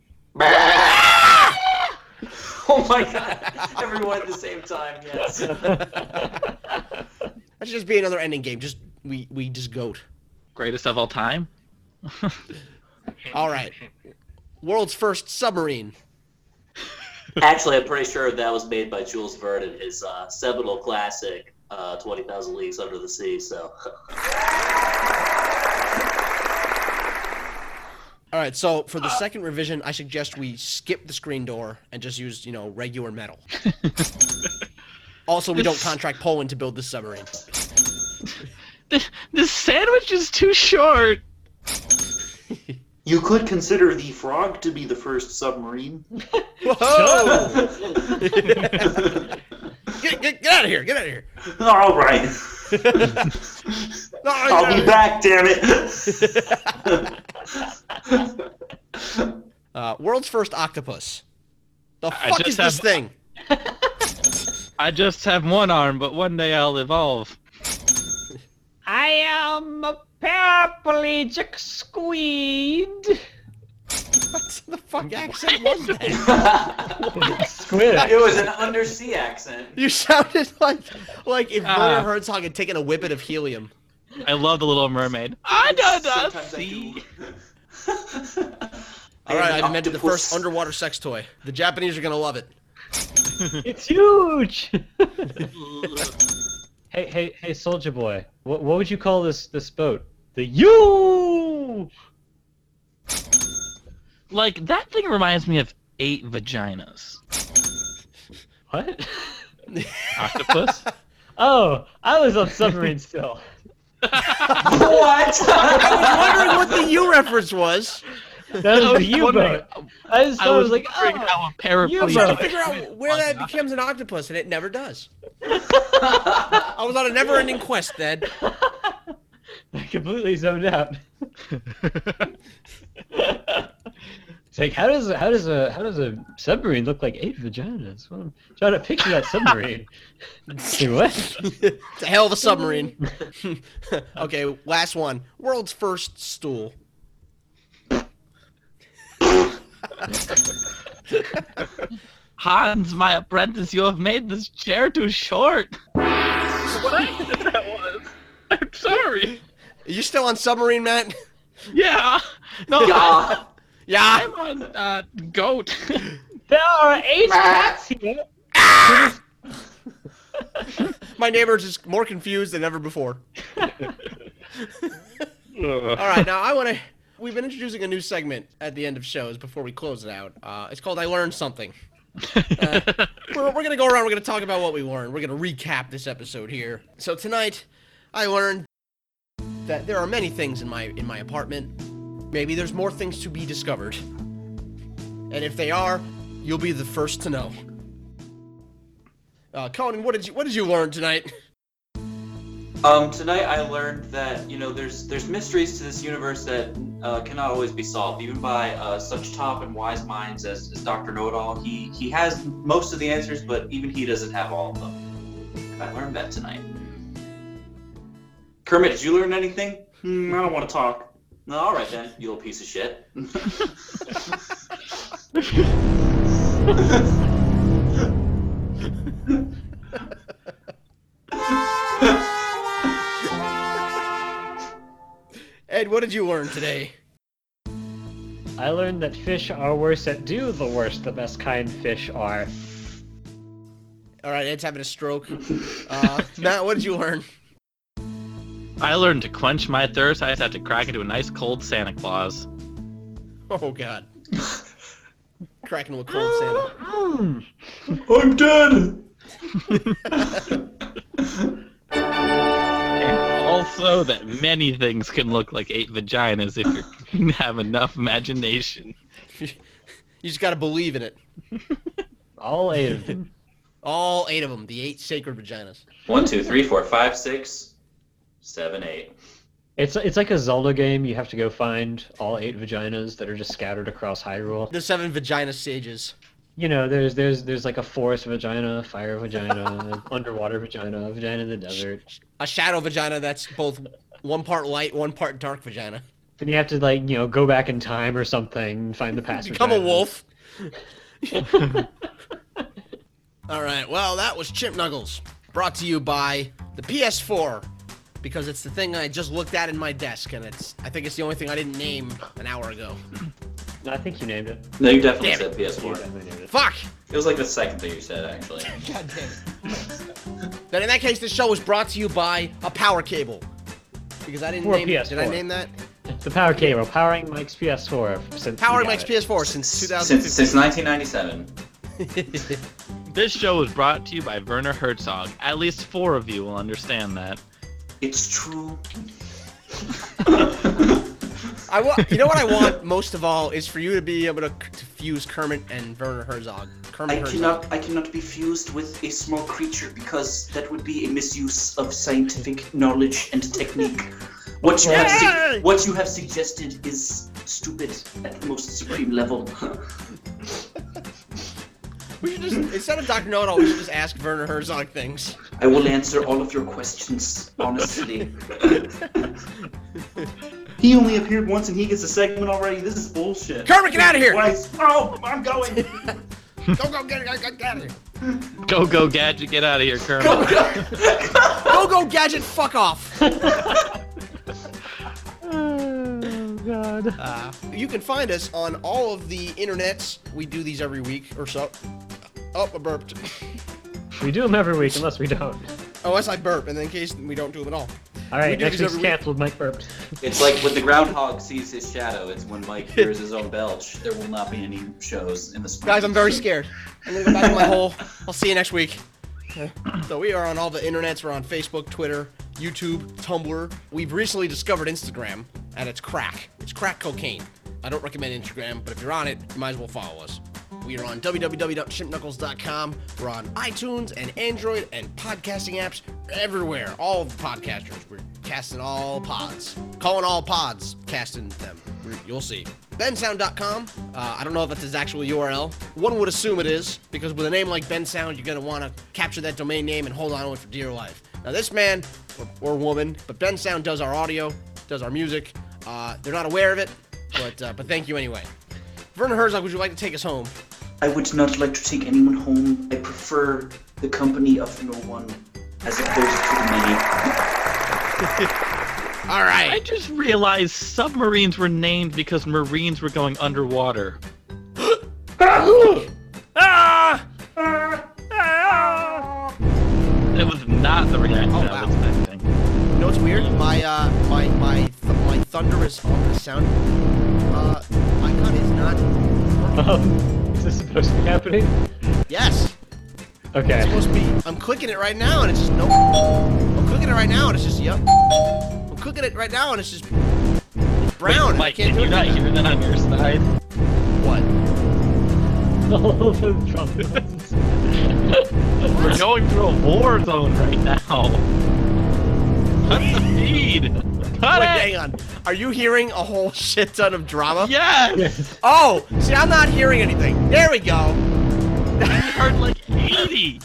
[SPEAKER 3] Oh my god. [LAUGHS] Everyone at the same time, [LAUGHS] yes.
[SPEAKER 1] That should just be another ending game. Just we we just goat.
[SPEAKER 2] Greatest of all time.
[SPEAKER 1] All right. World's first submarine.
[SPEAKER 3] Actually, I'm pretty sure that was made by Jules Verne in his uh, seminal classic, uh, 20,000 Leagues Under the Sea, so.
[SPEAKER 1] All right, so for the second revision, I suggest we skip the screen door and just use, you know, regular metal. also, we don't contract Poland to build this submarine.
[SPEAKER 2] This, this sandwich is too short.
[SPEAKER 7] You could consider the frog to be the first submarine. [LAUGHS]
[SPEAKER 1] Whoa! [LAUGHS] get, get, get out of here! Get out of here!
[SPEAKER 7] All right.
[SPEAKER 1] No,
[SPEAKER 7] I'll be
[SPEAKER 1] get outta
[SPEAKER 7] back, damn
[SPEAKER 3] [LAUGHS]
[SPEAKER 7] it.
[SPEAKER 1] here. [LAUGHS] Uh, world's first octopus. The
[SPEAKER 2] I
[SPEAKER 1] fuck
[SPEAKER 2] just
[SPEAKER 1] is this
[SPEAKER 2] have-
[SPEAKER 1] thing?
[SPEAKER 2] I just have one arm, but one day I'll evolve.
[SPEAKER 6] I am a paraplegic squid.
[SPEAKER 2] [LAUGHS]
[SPEAKER 1] What the fuck accent was that?
[SPEAKER 4] Quit.
[SPEAKER 3] It was an undersea accent.
[SPEAKER 1] You sounded like like if Werner
[SPEAKER 2] Ah.
[SPEAKER 1] Herzog had taken a whippet of helium.
[SPEAKER 2] I love the Little Mermaid. I don't know. See,
[SPEAKER 1] All right, I've invented
[SPEAKER 3] invented
[SPEAKER 1] the first underwater sex toy. The Japanese are gonna love it.
[SPEAKER 4] It's huge. [LAUGHS] hey, hey, hey, soldier boy. What, what would you call this this boat? The you.
[SPEAKER 8] Like that thing reminds me of eight vaginas.
[SPEAKER 4] What? [LAUGHS]
[SPEAKER 2] [LAUGHS] octopus.
[SPEAKER 4] Oh, I was on submarine still.
[SPEAKER 1] I was
[SPEAKER 3] [LAUGHS] What?
[SPEAKER 1] wondering what the U reference was.
[SPEAKER 4] That was the U boat. I just
[SPEAKER 8] I
[SPEAKER 4] thought I was
[SPEAKER 8] was
[SPEAKER 4] like,
[SPEAKER 8] wondering
[SPEAKER 4] oh,
[SPEAKER 8] how a paraplegic.
[SPEAKER 2] [LAUGHS]
[SPEAKER 4] boat.
[SPEAKER 1] Figure out where that becomes an octopus, and it never does. I was on a never-ending quest, Ned.
[SPEAKER 4] [LAUGHS] I completely zoned out. It's like how does how does a how does a submarine look like eight vaginas? Well, I'm trying to picture that [LAUGHS] submarine. Say what?
[SPEAKER 1] It's a hell of a submarine. [LAUGHS] okay, last one. World's first stool.
[SPEAKER 8] Hans, my apprentice, you have made this chair too
[SPEAKER 2] [LAUGHS]
[SPEAKER 8] short.
[SPEAKER 2] what [LAUGHS] that was. I'm sorry.
[SPEAKER 1] Are you still on submarine, Matt? [LAUGHS]
[SPEAKER 8] Yeah. No,
[SPEAKER 2] [LAUGHS]
[SPEAKER 3] God.
[SPEAKER 1] Yeah.
[SPEAKER 8] I'm on uh, goat. [LAUGHS]
[SPEAKER 4] There are eight cats here.
[SPEAKER 1] My neighbor's just more confused than ever before. All right, now I want to. We've been introducing a new segment at the end of shows before we close it out. Uh, it's called "I Learned Something." Uh, we're we're gonna go around. We're gonna talk about what we learned. We're gonna recap this episode here. So tonight, I learned that there are many things in my in my apartment. Maybe there's more things to be discovered. And if they are, you'll be the first to know. Uh, Conan, what did you what did you learn tonight? [LAUGHS]
[SPEAKER 3] Um, tonight I learned that you know there's there's mysteries to this universe that uh, cannot always be solved, even by uh, such top and wise minds as, as Doctor Know-it-all. He he has most of the answers, but even he doesn't have all of them. I learned that tonight. Kermit, did you learn anything? Hmm, I don't want to talk. No, all right then, you little piece of [LAUGHS] shit.
[SPEAKER 1] Ed, what did you learn today?
[SPEAKER 4] I learned that fish are worse at do the worst the best kind fish are.
[SPEAKER 1] All right, Ed's having a stroke. Uh, Matt, what did you learn?
[SPEAKER 2] I learned to quench my thirst. I just had to crack into a nice cold Santa Claus.
[SPEAKER 1] Oh God. Cracking with cold Santa.
[SPEAKER 4] Mm.
[SPEAKER 3] I'm dead.
[SPEAKER 2] Also, that many things can look like eight vaginas if you [LAUGHS] have enough imagination.
[SPEAKER 1] You just gotta believe in it.
[SPEAKER 4] All eight of them. [LAUGHS]
[SPEAKER 1] All eight of them, the eight sacred vaginas.
[SPEAKER 3] One, two, three, four, five, six, seven, eight.
[SPEAKER 4] It's it's like a Zelda game. You have to go find all eight vaginas that are just scattered across Hyrule.
[SPEAKER 1] The seven vagina sages.
[SPEAKER 4] you know, there's there's there's like a forest vagina, fire vagina, [LAUGHS] underwater vagina, vagina in the desert.
[SPEAKER 1] A shadow vagina that's both one part light, one part dark vagina.
[SPEAKER 4] And you have to like you know go back in time or something, and find the past.
[SPEAKER 1] Become a
[SPEAKER 4] vaginas.
[SPEAKER 1] [LAUGHS] wolf. All right, well, that was Chimp Nuggles, brought to you by the PS4, because it's the thing I just looked at in my desk, and it's I think it's the only thing I didn't name an hour ago.
[SPEAKER 4] No, I think you named it.
[SPEAKER 3] No, you definitely
[SPEAKER 1] Damn
[SPEAKER 3] said
[SPEAKER 4] You
[SPEAKER 3] PS4.
[SPEAKER 4] definitely named it.
[SPEAKER 1] Fuck.
[SPEAKER 3] It was like the second thing you said, actually.
[SPEAKER 1] God damn it. then in that case, this show was brought to you by a power cable. Because I didn't
[SPEAKER 4] For
[SPEAKER 1] name did I
[SPEAKER 4] PS4.
[SPEAKER 1] name that?
[SPEAKER 4] The power cable, powering Mike's PS4. Since we
[SPEAKER 1] Power
[SPEAKER 4] got
[SPEAKER 1] Mike's
[SPEAKER 4] it.
[SPEAKER 1] PS4
[SPEAKER 4] [LAUGHS]
[SPEAKER 1] since
[SPEAKER 3] Since,
[SPEAKER 1] 2015.
[SPEAKER 3] since 1997.
[SPEAKER 2] This show was brought to you by Werner Herzog. At least four of you will understand that.
[SPEAKER 3] It's true.
[SPEAKER 1] I want you know what I want most of all is for you to be able to, c- to fuse Kermit and Werner Herzog. Kermit
[SPEAKER 5] I
[SPEAKER 1] Herzog.
[SPEAKER 5] cannot, I cannot be fused with a small creature because that would be a misuse of scientific knowledge and technique. What you have,
[SPEAKER 1] Yay!
[SPEAKER 5] su- what you have suggested is stupid at the most supreme level. [LAUGHS]
[SPEAKER 1] We
[SPEAKER 5] [LAUGHS]
[SPEAKER 1] should just instead of Dr. Know-it-all, we should just ask Werner Herzog things.
[SPEAKER 5] I will answer all of your questions honestly.
[SPEAKER 7] He only appeared once and he gets a segment already. This is bullshit.
[SPEAKER 1] Kermit, get out of
[SPEAKER 7] [LAUGHS]
[SPEAKER 1] here!
[SPEAKER 7] Twice. Oh, I'm going.
[SPEAKER 1] Go, go, get it, get it, get out of here.
[SPEAKER 2] Go, go, gadget, get out of here, Colonel.
[SPEAKER 1] Go, go, gadget, fuck
[SPEAKER 5] [LAUGHS]
[SPEAKER 1] off.
[SPEAKER 8] Oh, God.
[SPEAKER 1] Uh, you can find us on all of the internets. We do these every week or so. Oh, I burped.
[SPEAKER 4] We do them every week, unless we don't.
[SPEAKER 1] Unless I Oh, burp, and then in case we don't do them at all.
[SPEAKER 4] All
[SPEAKER 1] We
[SPEAKER 4] right,
[SPEAKER 1] do
[SPEAKER 4] next
[SPEAKER 1] these
[SPEAKER 4] week's
[SPEAKER 1] every week.
[SPEAKER 4] canceled. Mike burped.
[SPEAKER 3] It's like when the groundhog sees his shadow. It's when
[SPEAKER 1] [LAUGHS]
[SPEAKER 3] Mike hears his own belch. There will not be any shows in the spring.
[SPEAKER 1] Guys, I'm very scared. I'm gonna go back in my hole. I'll see you next week. So we are on all the internets. We're on Facebook, Twitter, YouTube, Tumblr. We've recently discovered Instagram and it's crack. It's crack cocaine. I don't recommend Instagram, but if you're on it, you might as well follow us. We are on www.shipknuckles.com. We're on iTunes and Android and podcasting apps everywhere. All of the podcasters. We're casting all pods. Calling all pods, casting them. We're- You'll see. Bensound.com. Uh, I don't know if that's his actual URL. One would assume it is, because with a name like Bensound, you're going to want to capture that domain name and hold on to it for dear life. Now, this man or, or woman, but Bensound does our audio, does our music. Uh, they're not aware of it, but, uh, but thank you anyway. Vernon Herzog, would you like to take us home?
[SPEAKER 5] I would not like to take anyone home. I prefer the company of no one as opposed to the many.
[SPEAKER 1] All
[SPEAKER 2] I
[SPEAKER 1] right.
[SPEAKER 2] just realized submarines were named because Marines were going
[SPEAKER 1] [GASPS]
[SPEAKER 2] underwater. ah! It was not the reaction
[SPEAKER 1] Oh,
[SPEAKER 2] I
[SPEAKER 1] wow.
[SPEAKER 2] was expecting.
[SPEAKER 1] You know what's weird? My, uh, my, my, th- my thunderous uh, sound uh, icon is not.
[SPEAKER 4] [LAUGHS] Um, is this supposed to be happening?
[SPEAKER 1] Yes. It's
[SPEAKER 4] Okay.
[SPEAKER 1] supposed to be. I'm clicking it right now, and it's just nope. I'm clicking it right now, and it's just yep. I'm clicking it right now, and it's just it's brown. and Oh, I
[SPEAKER 2] Mike,
[SPEAKER 1] can't
[SPEAKER 2] did
[SPEAKER 1] do
[SPEAKER 2] you not
[SPEAKER 1] anything
[SPEAKER 2] hear that on your side?
[SPEAKER 1] about it.
[SPEAKER 4] [LAUGHS] All of the trumpets.
[SPEAKER 2] We're going through a war zone right
[SPEAKER 1] [LAUGHS]
[SPEAKER 2] now. Cut the feed.
[SPEAKER 1] What?
[SPEAKER 2] Cut
[SPEAKER 1] Wait,
[SPEAKER 2] it.
[SPEAKER 1] hang on. Are you hearing a whole [LAUGHS] shit ton of drama?
[SPEAKER 2] Yes.
[SPEAKER 4] [LAUGHS] yes.
[SPEAKER 1] Oh, see, I'm not hearing anything. There we go.
[SPEAKER 2] I heard like 80.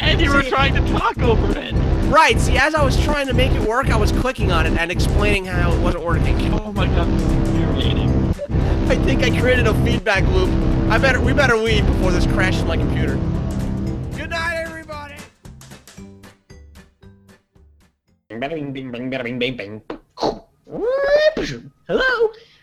[SPEAKER 2] And you were trying to talk over it.
[SPEAKER 1] Right. See, as I was trying to make it work, I was clicking on it and explaining how it wasn't working.
[SPEAKER 2] Oh my god, this is infuriating.
[SPEAKER 1] I think I created a feedback loop. I better. We better leave before this crashes my computer. Good night, everybody.
[SPEAKER 4] Bing, bing, bing, bing, bing, bing, bing. Hello?